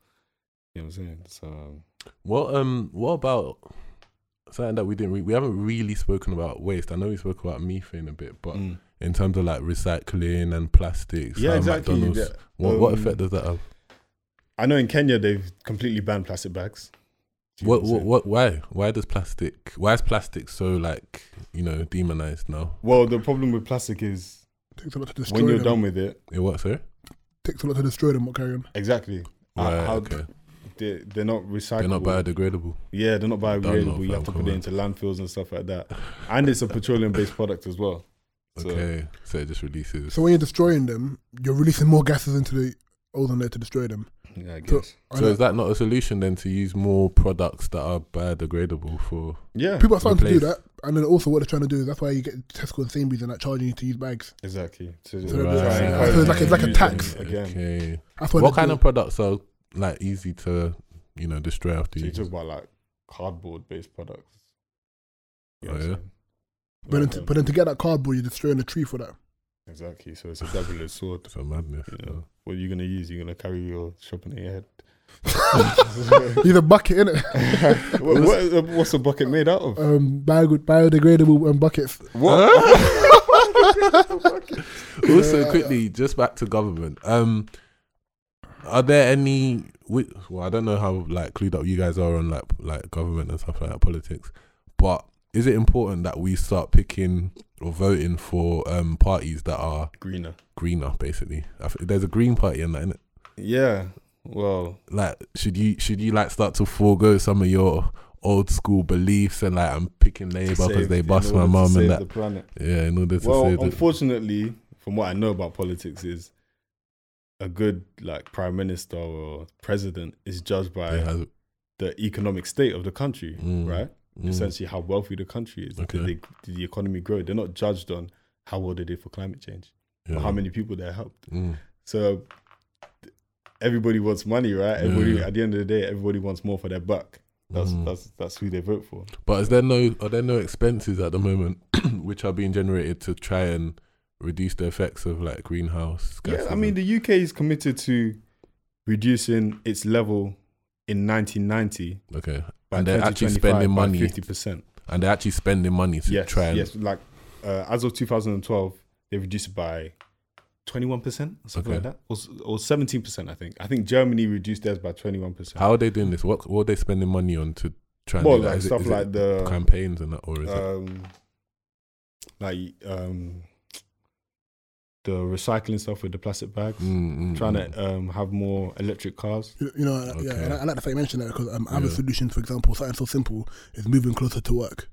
Speaker 3: You know what I'm saying? So
Speaker 2: Well, um, what about something that we didn't, re- we haven't really spoken about waste. I know we spoke about methane a bit, but
Speaker 3: mm.
Speaker 2: in terms of like recycling and plastics,
Speaker 3: yeah,
Speaker 2: how
Speaker 3: exactly.
Speaker 2: McDonald's,
Speaker 3: The-
Speaker 2: what, what
Speaker 3: um,
Speaker 2: effect does that have?
Speaker 3: I know in Kenya they've completely banned plastic bags. Do you
Speaker 2: What,
Speaker 3: know I'm
Speaker 2: what
Speaker 3: saying?
Speaker 2: what why why does plastic why is plastic so like you know demonized now?
Speaker 3: Well, the problem with plastic is
Speaker 1: Takes a lot to destroy
Speaker 3: when you're
Speaker 1: them.
Speaker 3: done with it,
Speaker 2: It eh? what sir?
Speaker 1: Takes a lot to destroy them. What carry on?
Speaker 3: exactly. Uh,
Speaker 2: Right,
Speaker 3: how-
Speaker 2: okay.
Speaker 3: They, they're not recyclable.
Speaker 2: They're not biodegradable.
Speaker 3: Yeah, they're not
Speaker 2: know,
Speaker 3: biodegradable. You
Speaker 2: fam,
Speaker 3: have to
Speaker 2: come
Speaker 3: put it
Speaker 2: on.
Speaker 3: into landfills and stuff like that. And it's a petroleum-based product as well. So-
Speaker 2: Okay, so it just releases.
Speaker 1: So when you're destroying them, you're releasing more gases into the ozone layer to destroy them.
Speaker 3: Yeah, I
Speaker 1: So-
Speaker 3: guess.
Speaker 2: So is that not a solution then to use more products that are biodegradable for?
Speaker 3: Yeah,
Speaker 1: People are starting to do
Speaker 2: Replace.
Speaker 1: that, and then also what they're trying to do is that's why you get Tesco and Sainsbury's and that charging you to use bags.
Speaker 3: exactly. So,
Speaker 1: So
Speaker 3: just
Speaker 1: they're-
Speaker 3: try and
Speaker 1: so they're-
Speaker 3: encourage
Speaker 1: so it's like-
Speaker 3: them
Speaker 1: it's like a
Speaker 3: to use them
Speaker 1: tax.
Speaker 3: again.
Speaker 2: Okay.
Speaker 1: That's why
Speaker 2: What
Speaker 1: they
Speaker 2: kind
Speaker 1: do
Speaker 2: of products are like easy to you know destroy after
Speaker 3: So
Speaker 2: you?
Speaker 3: you talk about like cardboard-based products. You know
Speaker 2: Oh,
Speaker 3: what I'm
Speaker 2: yeah?
Speaker 3: saying?
Speaker 1: it. But then, to,
Speaker 3: Like,
Speaker 1: but then to get that cardboard, you're destroying a tree for that.
Speaker 3: um, exactly. So it's a double-edged sword.
Speaker 2: It's a madness.
Speaker 3: Yeah.
Speaker 2: though.
Speaker 3: What are you gonna use? You're gonna carry your shopping in your head.
Speaker 1: [laughs]
Speaker 3: [laughs]
Speaker 1: Use a bucket in it.
Speaker 3: [laughs] what, what, uh, what's a bucket made out of?
Speaker 1: Um, bio, biodegradable um, buckets.
Speaker 2: also quickly just back to government um are there any wi- well i don't know how like clued up you guys are on like like government and stuff like that politics but Is it important that we start picking or voting for um, parties that are
Speaker 3: [laughs] greener.
Speaker 2: greener? Basically, I think there's a green party in that. Innit?
Speaker 3: Yeah. Well,
Speaker 2: Like, should you should you like start to forego some of your old school beliefs and like I'm picking Labour because
Speaker 3: save-
Speaker 2: they
Speaker 3: in
Speaker 2: bust my
Speaker 3: order to
Speaker 2: mum
Speaker 3: save
Speaker 2: and
Speaker 3: The
Speaker 2: that.
Speaker 3: planet.
Speaker 2: Yeah, in order to
Speaker 3: Well,
Speaker 2: save the
Speaker 3: unfortunately, from what I know about politics, is a good like prime minister or president is judged by
Speaker 2: they have-
Speaker 3: the economic state of the country,
Speaker 2: Mm.
Speaker 3: right?
Speaker 2: Mm.
Speaker 3: Essentially, how wealthy the country is.
Speaker 2: Okay.
Speaker 3: Did, they, did the economy grow? They're not judged on how well they did for climate change
Speaker 2: mm, yeah.
Speaker 3: or how many people they helped.
Speaker 2: Mm.
Speaker 3: So th- everybody wants money, right? Everybody
Speaker 2: Yeah.
Speaker 3: at the end of the day, everybody wants more for their buck. That's
Speaker 2: Mm.
Speaker 3: that's that's who they vote for.
Speaker 2: But is there no are there no expenses at the moment [clears throat] which are being generated to try and reduce the effects of like greenhouse gases?
Speaker 3: Yeah, I mean the UK is committed to reducing its level in 1990
Speaker 2: and- okay,
Speaker 3: by
Speaker 2: and they're actually
Speaker 3: 2025
Speaker 2: spending
Speaker 3: by
Speaker 2: money
Speaker 3: 50%.
Speaker 2: and they're actually spending money to
Speaker 3: Yes,
Speaker 2: try and
Speaker 3: yes, like uh, as of 2012, they reduced it by 21% or something
Speaker 2: Okay.
Speaker 3: like that, or, s- or 17%, I think. I think Germany reduced theirs by 21%.
Speaker 2: how are they doing this? What what are they spending money on to try and
Speaker 3: More
Speaker 2: do that?
Speaker 3: like
Speaker 2: Is it-
Speaker 3: stuff
Speaker 2: is it
Speaker 3: like the
Speaker 2: campaigns and that, or is it
Speaker 3: um, like um, the recycling stuff with the plastic bags,
Speaker 2: Mm, mm,
Speaker 3: trying
Speaker 2: mm.
Speaker 3: to um, have more electric cars.
Speaker 1: You you know, I-
Speaker 2: Okay.
Speaker 1: yeah, I like- I like the fact you mentioned that because um, I have a
Speaker 2: Yeah.
Speaker 1: solution, for example, something so simple is moving closer to work.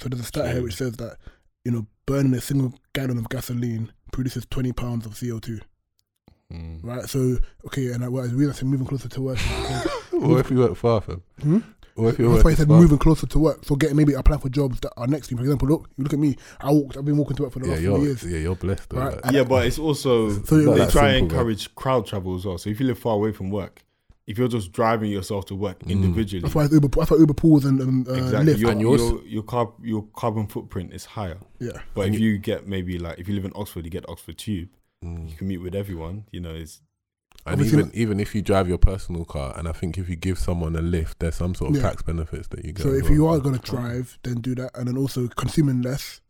Speaker 1: So there's a stat here which says that, you know, burning a single gallon of gasoline produces 20 pounds of CO2,
Speaker 2: Mm.
Speaker 1: right? So, okay, and I, well, the reason I said moving closer to work is because
Speaker 2: or if you work far from?
Speaker 1: Hmm?
Speaker 2: Or if you
Speaker 1: That's
Speaker 2: work
Speaker 1: why he said
Speaker 2: far?
Speaker 1: moving closer to work. So getting maybe applying for jobs that are next to you. For example, look, you look at me. I walked. I've been walking to work for the
Speaker 2: Yeah,
Speaker 1: last four
Speaker 2: you're
Speaker 1: years.
Speaker 2: yeah you're blessed. Though,
Speaker 1: Right.
Speaker 2: like.
Speaker 1: And-
Speaker 3: Yeah, but it's also
Speaker 1: So you're
Speaker 2: Not
Speaker 3: they
Speaker 2: that
Speaker 3: try and
Speaker 2: simple, man.
Speaker 3: encourage crowd travel as well. So if you live far away from work, if you're just driving yourself to work
Speaker 2: Mm.
Speaker 3: individually,
Speaker 1: That's why it's Uber. That's why Uber pools and um, uh,
Speaker 3: exactly,
Speaker 1: Lyft.
Speaker 3: your,
Speaker 2: And
Speaker 3: your,
Speaker 2: yours-
Speaker 3: your, carb, your carbon footprint is higher.
Speaker 1: yeah,
Speaker 3: But
Speaker 2: And
Speaker 3: if you get maybe like if you live in Oxford, you get Oxford Tube.
Speaker 2: Mm.
Speaker 3: You can meet with everyone. You know, it's
Speaker 2: And
Speaker 1: Obviously
Speaker 2: even even if you drive your personal car, and I think if you give someone a lift, there's some sort of
Speaker 1: Yeah.
Speaker 2: tax benefits that you get.
Speaker 1: So
Speaker 2: as
Speaker 1: if
Speaker 2: well.
Speaker 1: you are gonna drive, then do that, and then also consuming less.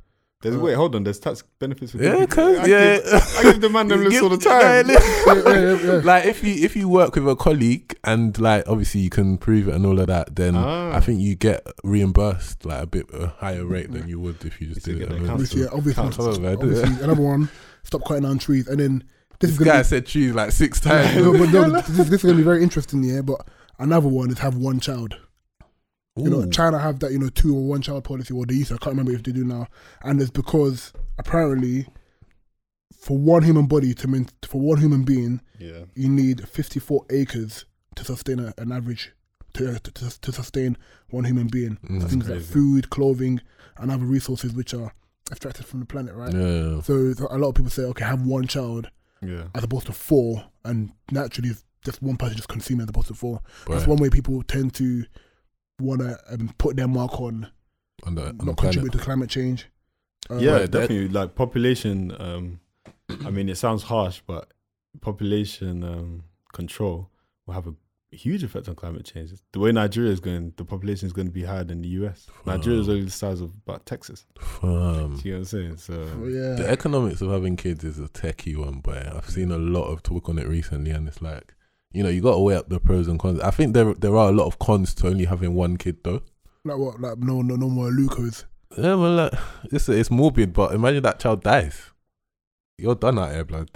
Speaker 3: there's wait, hold on. There's tax benefits. for
Speaker 2: Uh, yeah,
Speaker 3: people.
Speaker 2: cause,
Speaker 3: I
Speaker 2: yeah,
Speaker 3: give, I give the
Speaker 2: [laughs]
Speaker 3: man them lists
Speaker 2: Give-
Speaker 3: all the time.
Speaker 2: Yeah,
Speaker 1: [laughs] Yeah, yeah, yeah, yeah.
Speaker 2: like if you if you work with a colleague and like obviously you can prove it and all of that, then
Speaker 3: Ah.
Speaker 2: I think you get reimbursed like a bit a higher rate than you would if you just
Speaker 3: You
Speaker 2: did it.
Speaker 3: get the
Speaker 2: alone. [laughs]
Speaker 3: council-
Speaker 1: Obviously, yeah, obviously,
Speaker 3: Can't
Speaker 2: tell them, I do.
Speaker 1: obviously, another one. Stop cutting down trees, and then this
Speaker 2: This
Speaker 1: is gonna.
Speaker 2: guy said trees like
Speaker 1: [laughs]
Speaker 2: six
Speaker 1: Be, [coughs]
Speaker 2: times.
Speaker 1: no, but
Speaker 2: [laughs]
Speaker 1: no, this, this is gonna be very interesting, yeah. But another one is have one child. You know,
Speaker 2: Ooh.
Speaker 1: China have that, you know, two or one child policy, or they used to, I can't remember if they do now. And it's because apparently, for one human body to min- for one human being,
Speaker 3: Yeah.
Speaker 1: you need 54 acres to sustain a, an average, to, to, to, to sustain one human being.
Speaker 2: Mm.
Speaker 1: So
Speaker 2: That's
Speaker 1: things like
Speaker 3: crazy.
Speaker 1: food, clothing, and other resources which are extracted from the planet, right?
Speaker 2: yeah,
Speaker 1: So, so a lot of people say, okay, have one child
Speaker 3: Yeah.
Speaker 1: as opposed to four, and naturally, just one person just consuming as opposed to four. That's
Speaker 2: right.
Speaker 1: one way people tend to want to um, put their mark on
Speaker 2: on the, Uh, on the
Speaker 1: not
Speaker 2: planet.
Speaker 1: contribute to climate change. Um,
Speaker 3: yeah,
Speaker 2: that-
Speaker 3: definitely. Like population. Um,
Speaker 2: [clears throat]
Speaker 3: I mean, it sounds harsh, but population um, control will have a huge effect on climate change. The way Nigeria is going, the population is going to be higher than the US. Nigeria is only the size of about Texas.
Speaker 2: Um,
Speaker 3: You know what I'm saying? So
Speaker 1: well, yeah.
Speaker 2: The economics of having kids is a techie one, but I've seen a lot of talk on it recently, and it's like, you know, you got to weigh up the pros and cons. I think there there are a lot of cons to only having one kid, though.
Speaker 1: like what? Like no, no, no more Lucas.
Speaker 2: Yeah, well, like, it's it's morbid, but imagine that child dies. You're done out here, blood.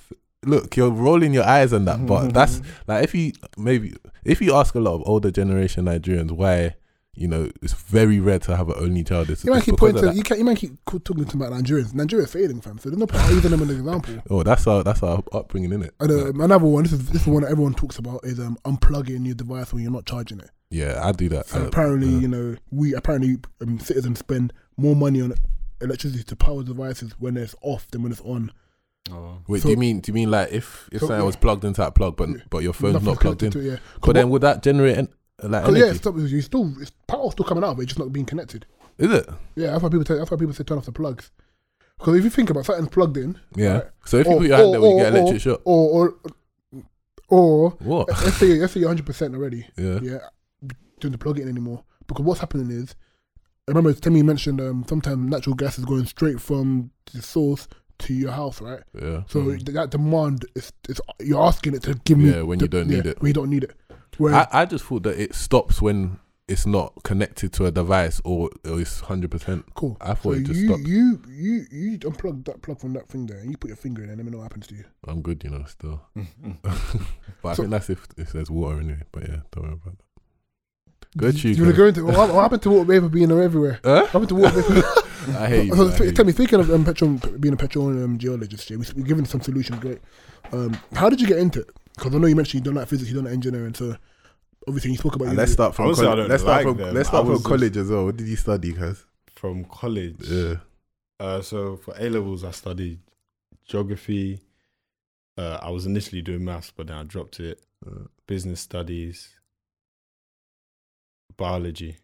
Speaker 2: Look, you're rolling your eyes and that, but
Speaker 1: [laughs]
Speaker 2: that's like if you maybe if you ask a lot of older generation Nigerians why, you know, it's very rare to have an only child. It's,
Speaker 1: You might
Speaker 2: it's
Speaker 1: keep
Speaker 2: because
Speaker 1: pointing.
Speaker 2: of
Speaker 1: To,
Speaker 2: that.
Speaker 1: you can You might keep co- talking to about Nigerians. Nigeria's failing, fam. So there's no point using them as an example.
Speaker 2: Oh, that's our that's our upbringing, innit?
Speaker 1: And, um, another one. This is this is one that everyone talks about is um, unplugging your device when you're not charging it.
Speaker 2: yeah, I do that. Uh,
Speaker 1: So
Speaker 2: I-
Speaker 1: apparently,
Speaker 2: yeah.
Speaker 1: you know, we apparently um, citizens spend more money on electricity to power devices when it's off than when it's on.
Speaker 3: Oh.
Speaker 2: Wait,
Speaker 1: So-
Speaker 2: do you mean do you mean like if if
Speaker 1: So-
Speaker 2: something was plugged into that plug, but
Speaker 1: Yeah.
Speaker 2: but your phone's
Speaker 1: Nothing's
Speaker 2: not plugged in?
Speaker 1: connected to it, yeah.
Speaker 2: But then would that generate en- like
Speaker 1: Because
Speaker 2: energy?
Speaker 1: yeah, it's still, you still it's, power's still coming out, but it's just not being connected.
Speaker 2: Is it?
Speaker 1: Yeah, that's why people. Tell, that's why people say turn off the plugs. Because if you think about something's plugged in,
Speaker 2: Yeah.
Speaker 1: right,
Speaker 2: So if you
Speaker 1: or-
Speaker 2: put your hand
Speaker 1: or-
Speaker 2: there, would you
Speaker 1: or-
Speaker 2: get electric shock?
Speaker 1: or or, or [laughs]
Speaker 2: What?
Speaker 1: let's say let's say you're 100 percent already.
Speaker 2: Yeah.
Speaker 1: Yeah, doing the plug in anymore because what's happening is, I remember Timmy mentioned um, sometimes natural gas is going straight from the source to your house, right?
Speaker 2: Yeah.
Speaker 1: So
Speaker 2: Mm.
Speaker 1: that demand is, is you're asking it to give me
Speaker 2: Yeah, when you
Speaker 1: the-
Speaker 2: don't need it.
Speaker 1: when you don't need it. Where
Speaker 2: I, I just thought that it stops when it's not connected to a device or, or it's hundred percent.
Speaker 1: Cool.
Speaker 2: I thought
Speaker 1: so
Speaker 2: it just
Speaker 1: you,
Speaker 2: stopped.
Speaker 1: you you you unplug that plug from that thing there, and you put your finger in, and let me know what happens to you.
Speaker 2: I'm good, you know, still. but I think that's if, if there's water anyway. But yeah, don't worry about that. Good
Speaker 1: Do
Speaker 2: you.
Speaker 1: you want to
Speaker 2: Kev.
Speaker 1: go into what, what happened to water vapor being everywhere?
Speaker 2: Huh?
Speaker 1: What happened to water vapor?
Speaker 2: [laughs] I hate
Speaker 1: [laughs]
Speaker 2: you.
Speaker 1: So,
Speaker 2: man, I
Speaker 1: t-
Speaker 2: hate
Speaker 1: tell me,
Speaker 2: you.
Speaker 1: thinking of um, petrol, being a petroleum geologist, yeah, we, we're giving some solutions, great. Um, how did you get into it? Because I know you mentioned you don't like physics, you don't like engineering, so obviously you spoke about
Speaker 2: And
Speaker 1: your-
Speaker 2: Ah, let's start
Speaker 3: I
Speaker 2: from
Speaker 3: would say I
Speaker 2: college.
Speaker 3: don't
Speaker 2: Let's start
Speaker 3: like
Speaker 2: from
Speaker 3: them.
Speaker 2: let's
Speaker 3: I
Speaker 2: start
Speaker 3: was
Speaker 2: from
Speaker 3: just-
Speaker 2: college as well. What did you study, guys?
Speaker 3: [laughs] From college.
Speaker 2: Yeah.
Speaker 3: Uh, so for A levels, I studied geography. Uh, I was initially doing maths, but then I dropped it.
Speaker 2: Uh,
Speaker 3: Business studies, biology.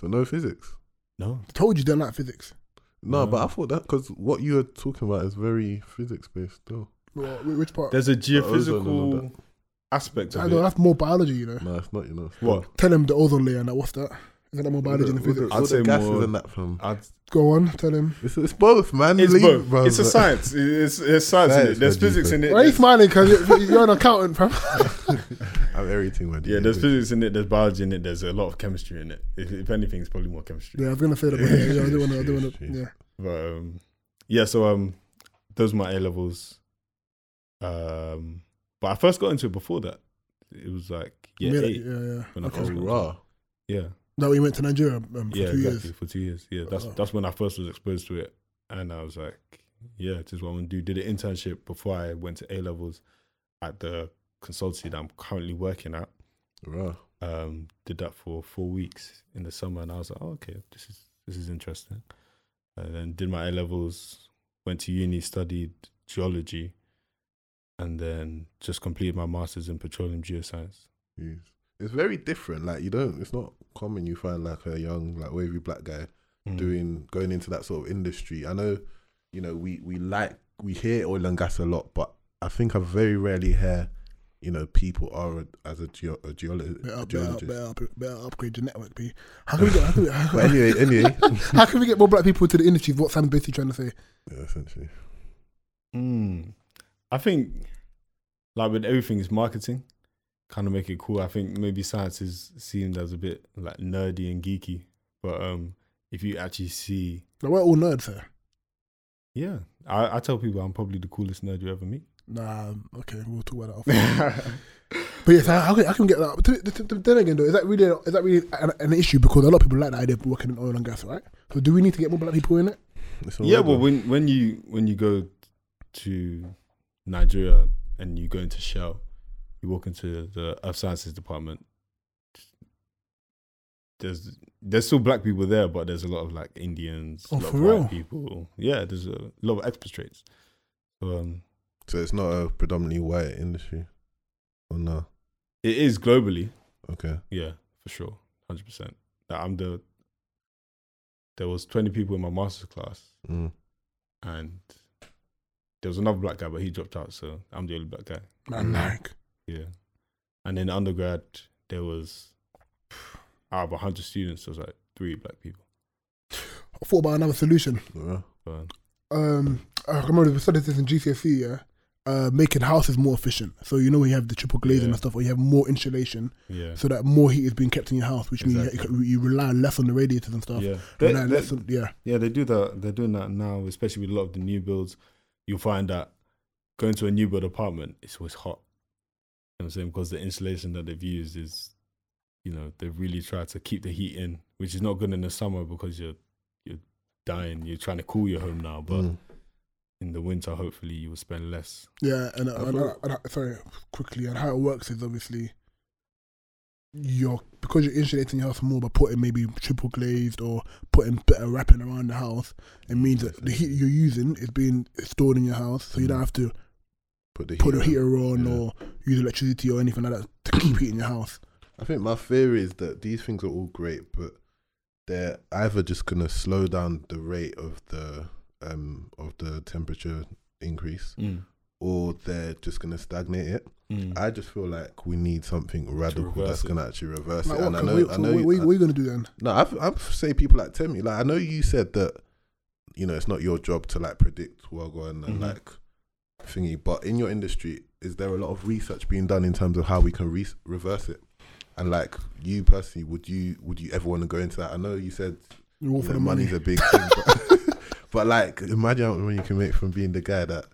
Speaker 2: so no physics.
Speaker 3: No,
Speaker 1: told you don't like physics.
Speaker 2: No, but
Speaker 3: No.
Speaker 2: I thought that because what you were talking about is very physics based, though.
Speaker 1: Well, wh- which part?
Speaker 3: there's a
Speaker 2: ozone and all
Speaker 3: geophysical aspect
Speaker 1: I
Speaker 3: of
Speaker 1: know
Speaker 3: it.
Speaker 1: that's more biology, you know.
Speaker 2: No, it's not. You know, it's
Speaker 3: What?
Speaker 1: Tell him the ozone layer. Now, what's that? Isn't that more biology
Speaker 2: All
Speaker 1: than
Speaker 2: the- all the-
Speaker 1: physics?
Speaker 2: all
Speaker 3: I'd
Speaker 2: the
Speaker 3: say
Speaker 2: gases
Speaker 3: more-
Speaker 2: and that from.
Speaker 3: I'd-
Speaker 1: Go on, tell him.
Speaker 2: It's, it's both, man.
Speaker 3: It's
Speaker 2: Leave,
Speaker 3: both.
Speaker 2: bruv.
Speaker 3: It's
Speaker 2: [laughs]
Speaker 3: a science. It- It's, it's science. in
Speaker 2: Science,
Speaker 3: it. There's
Speaker 2: Vegeta.
Speaker 3: physics in it.
Speaker 1: Why are you
Speaker 3: there's-
Speaker 1: smiling? Because you're an accountant,
Speaker 2: [laughs]
Speaker 1: fam.
Speaker 2: I'm everything, man.
Speaker 3: yeah, there's physics in it. There's biology in it. There's a lot of chemistry in it. If, if anything, it's probably more chemistry.
Speaker 1: Yeah, I was gonna say that. But yeah, yeah, I do wanna, I do wanna, yeah.
Speaker 3: But um, yeah, so um, those were my A levels. Um, but I first got into it before that. It was like
Speaker 1: Yeah,
Speaker 3: yeah,
Speaker 1: yeah,
Speaker 3: eight
Speaker 1: yeah, yeah.
Speaker 3: when I
Speaker 1: Okay.
Speaker 3: first got into it.
Speaker 2: raw.
Speaker 3: yeah,
Speaker 1: No, we went to Nigeria um, for
Speaker 3: yeah,
Speaker 1: two
Speaker 3: exactly
Speaker 1: years.
Speaker 3: for two years. Yeah, that's
Speaker 1: Oh.
Speaker 3: that's when I first was exposed to it, and I was like, yeah, this is what I'm gonna do. Did an internship before I went to A levels at the consultancy that I'm currently working at.
Speaker 2: Raw.
Speaker 3: um, did that for four weeks in the summer, and I was like, oh, okay, this is this is interesting. And then did my A levels, went to uni, studied geology, and then just completed my masters in petroleum geoscience.
Speaker 2: Jeez. It's very different. Like you don't. It's not common you find like a young, like wavy black guy
Speaker 3: Mm.
Speaker 2: doing going into that sort of industry. I know, you know, we we like we hear oil and gas a lot, but I think I very rarely hear, you know, people are a- as a, geo, a, geolo-
Speaker 1: Better, better,
Speaker 2: a geologist.
Speaker 1: better, up- better upgrade your network, P. How can we get? How can we, how,
Speaker 2: But
Speaker 1: [laughs]
Speaker 2: anyway, anyway,
Speaker 1: how can we get more black people to the industry? is What Sam's basically trying to say.
Speaker 2: yeah, essentially,
Speaker 3: Mm. I think, like with everything, is marketing. Kind of make it cool. I think maybe science is seen as a bit like nerdy and geeky, but um, if you actually see,
Speaker 1: Like, we're all nerds here.
Speaker 3: yeah, I, I tell people I'm probably the coolest nerd you ever meet. [laughs]
Speaker 1: Nah, okay, we'll talk about that. Off. but yes, how, how can, how can we get that? But th- th- th- then again, though, is that really is that really an, an issue? Because a lot of people like the idea of working in oil and gas, right? So do we need to get more black people in it?
Speaker 2: It's
Speaker 3: yeah
Speaker 2: all
Speaker 3: well
Speaker 2: over.
Speaker 3: when when you when you go to nigeria and you go into shell you walk into the earth sciences department there's there's still black people there but there's a lot of like indians
Speaker 1: Oh,
Speaker 3: a lot
Speaker 1: for
Speaker 3: of white
Speaker 1: real?
Speaker 3: people yeah there's a lot of expatriates so, um
Speaker 2: so it's not a predominantly white industry. Oh no,
Speaker 3: it is globally
Speaker 2: okay,
Speaker 3: yeah for sure 100% Like, i'm the there was 20 people in my master's class
Speaker 2: mm.
Speaker 3: and there was another black guy, but he dropped out, so I'm the only black guy.
Speaker 1: Man, like
Speaker 3: Yeah. And then undergrad, there was out of hundred students, there was like three black people.
Speaker 1: I thought about another solution.
Speaker 2: Raw.
Speaker 3: But
Speaker 1: um, I remember we studied this in GCSE, E, yeah, uh, making houses more efficient. So you know when you have the triple glazing
Speaker 3: Yeah.
Speaker 1: and stuff, or you have more insulation,
Speaker 3: yeah,
Speaker 1: so that more heat is being kept in your house, which
Speaker 3: Exactly.
Speaker 1: means you, you rely less on the radiators and stuff.
Speaker 3: yeah,
Speaker 1: Rely
Speaker 3: They- they-
Speaker 1: less on, yeah,
Speaker 3: yeah. They do that. They're doing that now, especially with a lot of the new builds. You'll find that going to a new build apartment, it's always hot. You know what I'm saying? Because the insulation that they've used is, you know, they've really tried to keep the heat in, which is not good in the summer because you're you're dying. You're trying to cool your home now, but
Speaker 2: Mm.
Speaker 3: in the winter, hopefully, you will spend less.
Speaker 1: yeah. And, uh,
Speaker 2: I
Speaker 1: and,
Speaker 2: thought-
Speaker 1: and, and- sorry, quickly, and how it works is obviously you're because you're insulating your house more by putting maybe triple glazed or putting better wrapping around the house. It means that the heat you're using is being stored in your house, so you don't have to
Speaker 2: Put the
Speaker 1: put a
Speaker 2: on.
Speaker 1: heater on
Speaker 2: Mm. Yeah.
Speaker 1: or use electricity or anything like that to keep heating your house.
Speaker 2: I think my fear is that these things are all great, but they're either just gonna slow down the rate of the um of the temperature increase, or they're just gonna stagnate it. I just feel like we need something radical
Speaker 3: Mm. reverse
Speaker 2: that's
Speaker 3: it.
Speaker 2: gonna actually reverse
Speaker 1: Like,
Speaker 2: it.
Speaker 1: what,
Speaker 2: And I
Speaker 1: can
Speaker 2: know,
Speaker 1: we,
Speaker 2: I
Speaker 1: so
Speaker 2: know,
Speaker 1: what, what,
Speaker 2: I-
Speaker 1: what are you gonna do then?
Speaker 2: no, I've I've say people like Temi. Like I know you said that, you know, it's not your job to like predict what will go on and
Speaker 3: Mhm.
Speaker 2: like thingy. But in your industry, is there a lot of research being done in terms of how we can re- reverse it? And like you personally, would you would you ever want to go into that? I know you said
Speaker 1: You're all
Speaker 2: you
Speaker 1: for
Speaker 2: know,
Speaker 1: the money.
Speaker 2: money's a big thing,
Speaker 3: [laughs]
Speaker 2: but, [laughs] but like imagine how much money you can make from being the guy that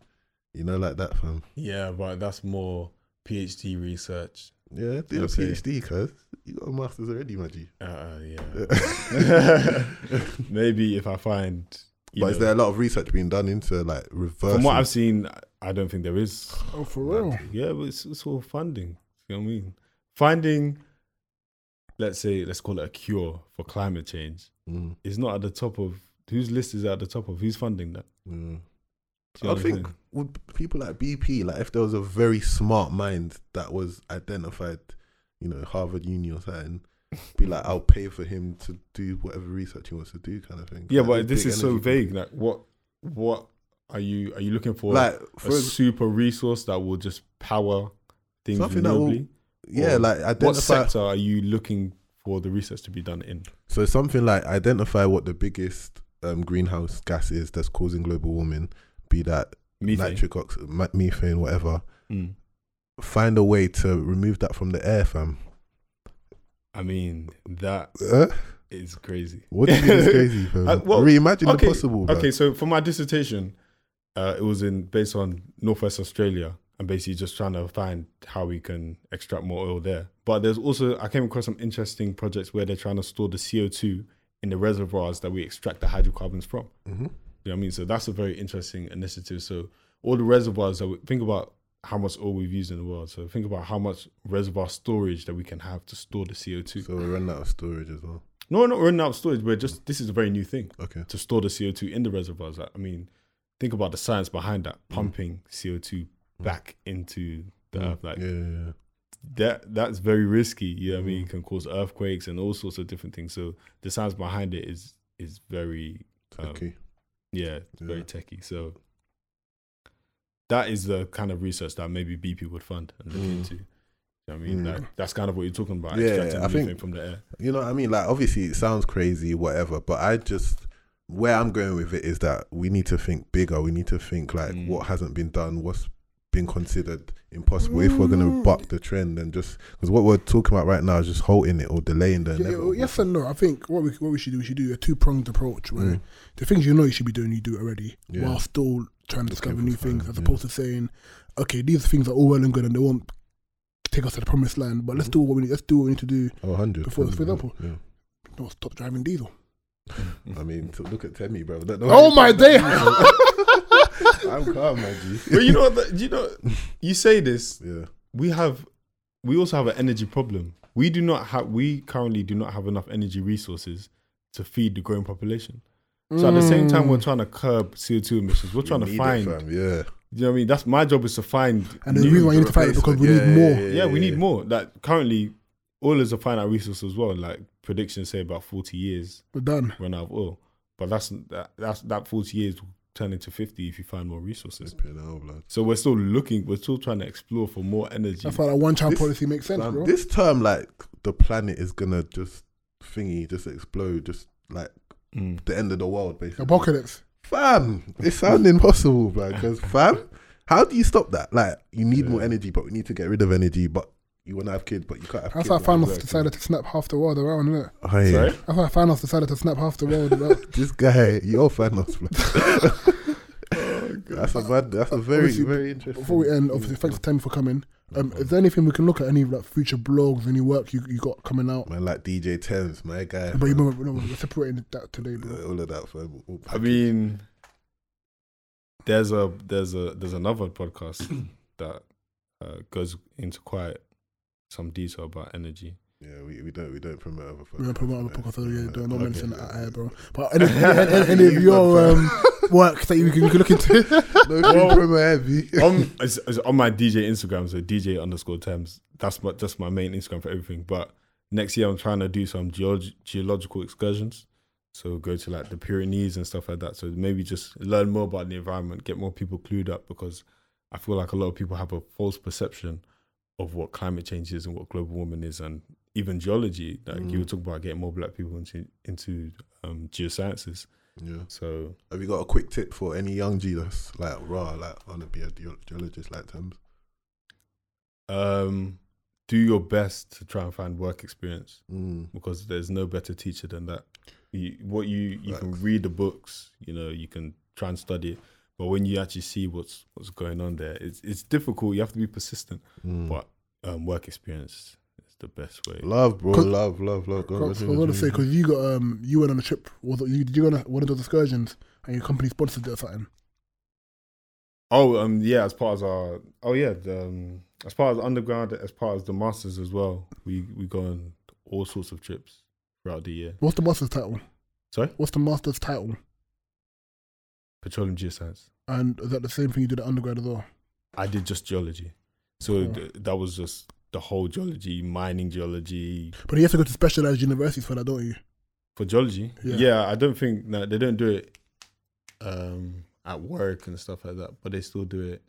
Speaker 2: you know like that fam.
Speaker 3: Yeah, but that's more PhD research.
Speaker 2: Yeah, do a
Speaker 3: I'd say-
Speaker 2: PhD, cuz you got a master's already, Maggie.
Speaker 3: Uh, yeah.
Speaker 2: [laughs] but
Speaker 3: [laughs] Maybe if I find. you
Speaker 2: is
Speaker 3: know,
Speaker 2: there a lot of research being done into like reverse?
Speaker 3: From what I've seen, I don't think there is.
Speaker 1: Oh, for real.
Speaker 3: Yeah, but it's, it's all funding. You know what I mean? Finding, let's say, let's call it a cure for climate change
Speaker 2: Mm,
Speaker 3: is not at the top of whose list is at the top of who's funding that.
Speaker 2: mm.
Speaker 3: Do you know
Speaker 2: I
Speaker 3: what I'm
Speaker 2: think
Speaker 3: saying?
Speaker 2: would people like BP, like if there was a very smart mind that was identified, you know, Harvard Uni or something, be like, I'll pay for him to do whatever research he wants to do, kind of thing.
Speaker 3: yeah,
Speaker 2: Like,
Speaker 3: but
Speaker 2: these
Speaker 3: this
Speaker 2: big
Speaker 3: is so
Speaker 2: energy
Speaker 3: vague. Like, what, what are you are you looking for?
Speaker 2: companies. Like
Speaker 3: a
Speaker 2: for ex-
Speaker 3: super resource that will just power things
Speaker 2: Something that will
Speaker 3: renewably.
Speaker 2: yeah,
Speaker 3: or
Speaker 2: like
Speaker 3: what
Speaker 2: identify.
Speaker 3: sector are you looking for the research to be done in?
Speaker 2: So something like identify what the biggest um, greenhouse gas is that's causing global warming. Be that
Speaker 3: Methane.
Speaker 2: nitric oxide, methane, whatever.
Speaker 3: Mm.
Speaker 2: Find a way to remove that from the air, fam.
Speaker 3: I mean, that
Speaker 2: Uh,
Speaker 3: is crazy.
Speaker 2: what do you mean
Speaker 3: [laughs]
Speaker 2: it's crazy, fam?
Speaker 3: Uh, well,
Speaker 2: Reimagine
Speaker 3: [laughs] okay,
Speaker 2: the possible.
Speaker 3: Okay, so for my dissertation, uh, it was in based on Northwest Australia and basically just trying to find how we can extract more oil there. But there's also I came across some interesting projects where they're trying to store the CO two in the reservoirs that we extract the hydrocarbons from.
Speaker 1: Mm-hmm.
Speaker 2: hmm
Speaker 3: You know what I mean? So that's a very interesting initiative. So all the reservoirs that we think about how much oil we've used in the world. So think about how much reservoir storage that we can have to store the CO two.
Speaker 2: So we're running out of storage as well.
Speaker 3: No, we're not running out of storage. We're just this is a very new thing
Speaker 2: Okay.
Speaker 3: to store the CO2 in the reservoirs. Like, I mean, think about the science behind that, pumping CO2 back into the earth. Like
Speaker 2: yeah, yeah, yeah.
Speaker 3: that that's very risky. You know what I mean? It can cause earthquakes and all sorts of different things. So the science behind it is is very um,
Speaker 2: Okay.
Speaker 3: yeah, it's very
Speaker 2: Yeah.
Speaker 3: techy. So that is the kind of research that maybe BP would fund and look
Speaker 2: Mm.
Speaker 3: into. You know what I mean?
Speaker 2: Mm.
Speaker 3: Like, that's kind of what you're talking about.
Speaker 2: Yeah,
Speaker 3: extracting
Speaker 2: I
Speaker 3: methane
Speaker 2: think-
Speaker 3: from the
Speaker 2: [laughs]
Speaker 3: air.
Speaker 2: You know what I mean? Like, obviously, it sounds crazy, whatever, but I just, where I'm going with it is that we need to think bigger. We need to think, like,
Speaker 3: Mm.
Speaker 2: what hasn't been done, what's been considered impossible if we're going to
Speaker 1: Mm.
Speaker 2: buck the trend and just, because what we're talking about right now is just halting it or delaying the
Speaker 1: Yeah,
Speaker 2: inevitable.
Speaker 1: well, yes and no. I think what we what we should do, we should do a two pronged approach where
Speaker 2: Mm.
Speaker 1: the things you know you should be doing, you do it already,
Speaker 2: Yeah.
Speaker 1: while still trying to
Speaker 2: Looking
Speaker 1: discover
Speaker 2: for
Speaker 1: new
Speaker 2: fun,
Speaker 1: things, as
Speaker 2: yeah.
Speaker 1: opposed to saying, okay, these things are all well and good and they won't take us to the promised land, but
Speaker 2: Mm-hmm.
Speaker 1: let's do what we need. Let's do what we need to do.
Speaker 2: Oh, 100.
Speaker 1: Before- for
Speaker 2: yeah,
Speaker 1: example.
Speaker 2: yeah.
Speaker 1: No, stop driving diesel.
Speaker 2: I mean, to look at Temi, bro. Don't know
Speaker 1: Oh
Speaker 2: how
Speaker 1: my
Speaker 2: you-
Speaker 1: day! [laughs]
Speaker 2: I'm calm, my G.
Speaker 3: but you know, what the- you know, you say this,
Speaker 2: Yeah.
Speaker 3: we have we also have an energy problem. We do not have we currently do not have enough energy resources to feed the growing population. So at the same time
Speaker 1: Mm,
Speaker 3: we're trying to curb CO two emissions, we're
Speaker 2: We
Speaker 3: trying
Speaker 2: Mm. need
Speaker 3: to
Speaker 2: it,
Speaker 3: find
Speaker 2: fam, yeah.
Speaker 3: you know what I mean? That's my job is to find
Speaker 1: And the
Speaker 3: new-
Speaker 1: reason why you need to fight it because we need
Speaker 2: Replacement,
Speaker 1: more.
Speaker 3: Yeah, we need more. Like currently oil is a finite resource as well. Like predictions say about forty years
Speaker 1: We're done.
Speaker 3: run out of oil. But that's that that's that forty years will turn into fifty if you find more resources.
Speaker 2: Flipping hell, blood.
Speaker 3: So we're still looking, we're still trying to explore for more energy.
Speaker 1: That's why that one child
Speaker 2: This-
Speaker 1: policy makes sense,
Speaker 2: Fam,
Speaker 1: bro.
Speaker 2: this term, like the planet is gonna just thingy, just explode, just like
Speaker 3: Mm.
Speaker 2: the end of the world, basically.
Speaker 1: Apocalypse.
Speaker 2: Fam, it sounds impossible, bro. Because fam, how do you stop that? Like, you need more
Speaker 3: Yeah.
Speaker 2: energy, but we need to get rid of energy. But you want to have kids, but you can't have
Speaker 1: That's
Speaker 2: kids.
Speaker 1: how Thanos
Speaker 2: Exactly.
Speaker 1: decided to snap half the world around, innit?
Speaker 2: Oh, yeah.
Speaker 3: Sorry?
Speaker 1: That's how Thanos decided to snap half the world around.
Speaker 2: [laughs] This guy, you're Thanos, bro.
Speaker 1: [laughs]
Speaker 2: [laughs] that's a bad. That's a very,
Speaker 1: Obviously,
Speaker 2: very interesting.
Speaker 1: Before we end, obviously, thanks to Tim for coming. Um, is there anything we can look at? Any like future blogs, any work you, you got coming out?
Speaker 2: man, like DJ Thames, my guy.
Speaker 1: But you
Speaker 2: fam.
Speaker 1: remember, no, we're separating that today, bro.
Speaker 2: all of that, fam. All
Speaker 3: I mean, there's a there's a there's another podcast [clears throat] that uh, goes into quite some detail about energy.
Speaker 2: Yeah, we, we don't we don't promote other podcasts.
Speaker 1: We're gonna promote other podcasts. so Yeah, don't, don't
Speaker 2: Okay.
Speaker 1: mention that out here, bro. But any, any,
Speaker 2: [laughs]
Speaker 1: any, any of
Speaker 2: You've
Speaker 1: your
Speaker 2: done
Speaker 1: um, work that you can, you can look
Speaker 2: [laughs]
Speaker 1: into,
Speaker 2: [laughs] No free promo
Speaker 1: [laughs]
Speaker 2: heavy.
Speaker 3: on it's, it's on my DJ Instagram, so DJ underscore Thames. That's my that's my main Instagram for everything. But next year, I'm trying to do some geolog- geological excursions. So go to like the Pyrenees and stuff like that. So maybe just learn more about the environment, get more people clued up because I feel like a lot of people have a false perception of what climate change is and what global warming is, and even geology. Like you were talking about getting more black people into into um, geosciences.
Speaker 2: Yeah.
Speaker 3: So
Speaker 2: Have you got a quick tip for any young G that's like raw, like wanna be a geologist like Thames?
Speaker 3: um, do your best to try and find work experience
Speaker 2: Mm.
Speaker 3: because there's no better teacher than that. You, what you you can
Speaker 2: Facts.
Speaker 3: read the books, you know, you can try and study it, but when you actually see what's what's going on there, it's it's difficult. You have to be persistent,
Speaker 2: Mm.
Speaker 3: but um, work experience is the best way.
Speaker 2: Love, bro.
Speaker 1: 'Cause-
Speaker 2: Love, love, love. Go on,
Speaker 1: I was
Speaker 2: resume,
Speaker 1: gonna say
Speaker 2: resume.
Speaker 1: because you got um you went on a trip was it, you did you go on a, one of those excursions and your company sponsored it or something.
Speaker 3: Oh, um, yeah, as part as our oh yeah, the, um, as part as underground, as part as the masters as well, we we go on all sorts of trips throughout the year.
Speaker 1: What's the master's title?
Speaker 3: Sorry?
Speaker 1: What's the master's title?
Speaker 3: Petroleum geoscience.
Speaker 1: And is that the same thing you did at undergrad as well?
Speaker 3: I did just geology, so
Speaker 1: Cool.
Speaker 3: th- that was just the whole geology, mining geology,
Speaker 1: But you have to go to specialized universities for that, don't you?
Speaker 3: for geology.
Speaker 1: Yeah.
Speaker 3: Yeah, I don't think no, they don't do it um, at work and stuff like that, but they still do it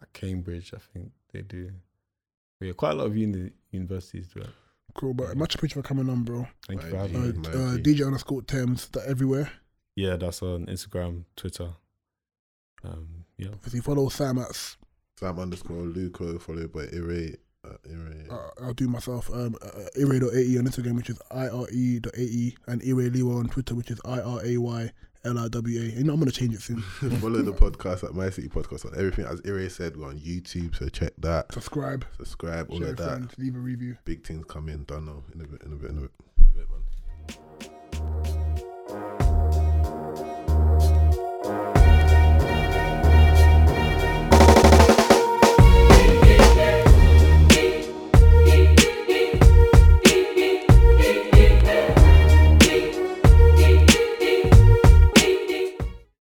Speaker 3: at Cambridge. I think they do. But yeah, quite a lot of uni- universities do it.
Speaker 1: Cool, but much appreciated for coming on, bro.
Speaker 3: Thank you
Speaker 2: Right,
Speaker 3: for having
Speaker 1: Uh,
Speaker 3: me.
Speaker 2: Yeah,
Speaker 1: uh,
Speaker 2: man.
Speaker 1: DJ underscore Thames, that everywhere.
Speaker 3: Yeah, that's on Instagram, Twitter. Um, yeah,
Speaker 1: Obviously, follow Sam at
Speaker 2: Sam underscore Luco followed by Ire. Uh, Ire.
Speaker 1: uh, I'll do myself um uh, ire.ae on Instagram, which is E ire.ae, and ire Liwa on Twitter, which is i r a y l i w a. You know, I'm gonna change it soon.
Speaker 2: [laughs] Follow
Speaker 1: [laughs]
Speaker 2: the podcast at My City Podcast on everything. As Ire said, we're on YouTube, so check that.
Speaker 1: Subscribe,
Speaker 2: Subscribe, all
Speaker 1: share
Speaker 2: of
Speaker 1: with
Speaker 2: that.
Speaker 1: friends, leave a review.
Speaker 2: Big things coming. Don't know. In a bit, in a bit, in a bit.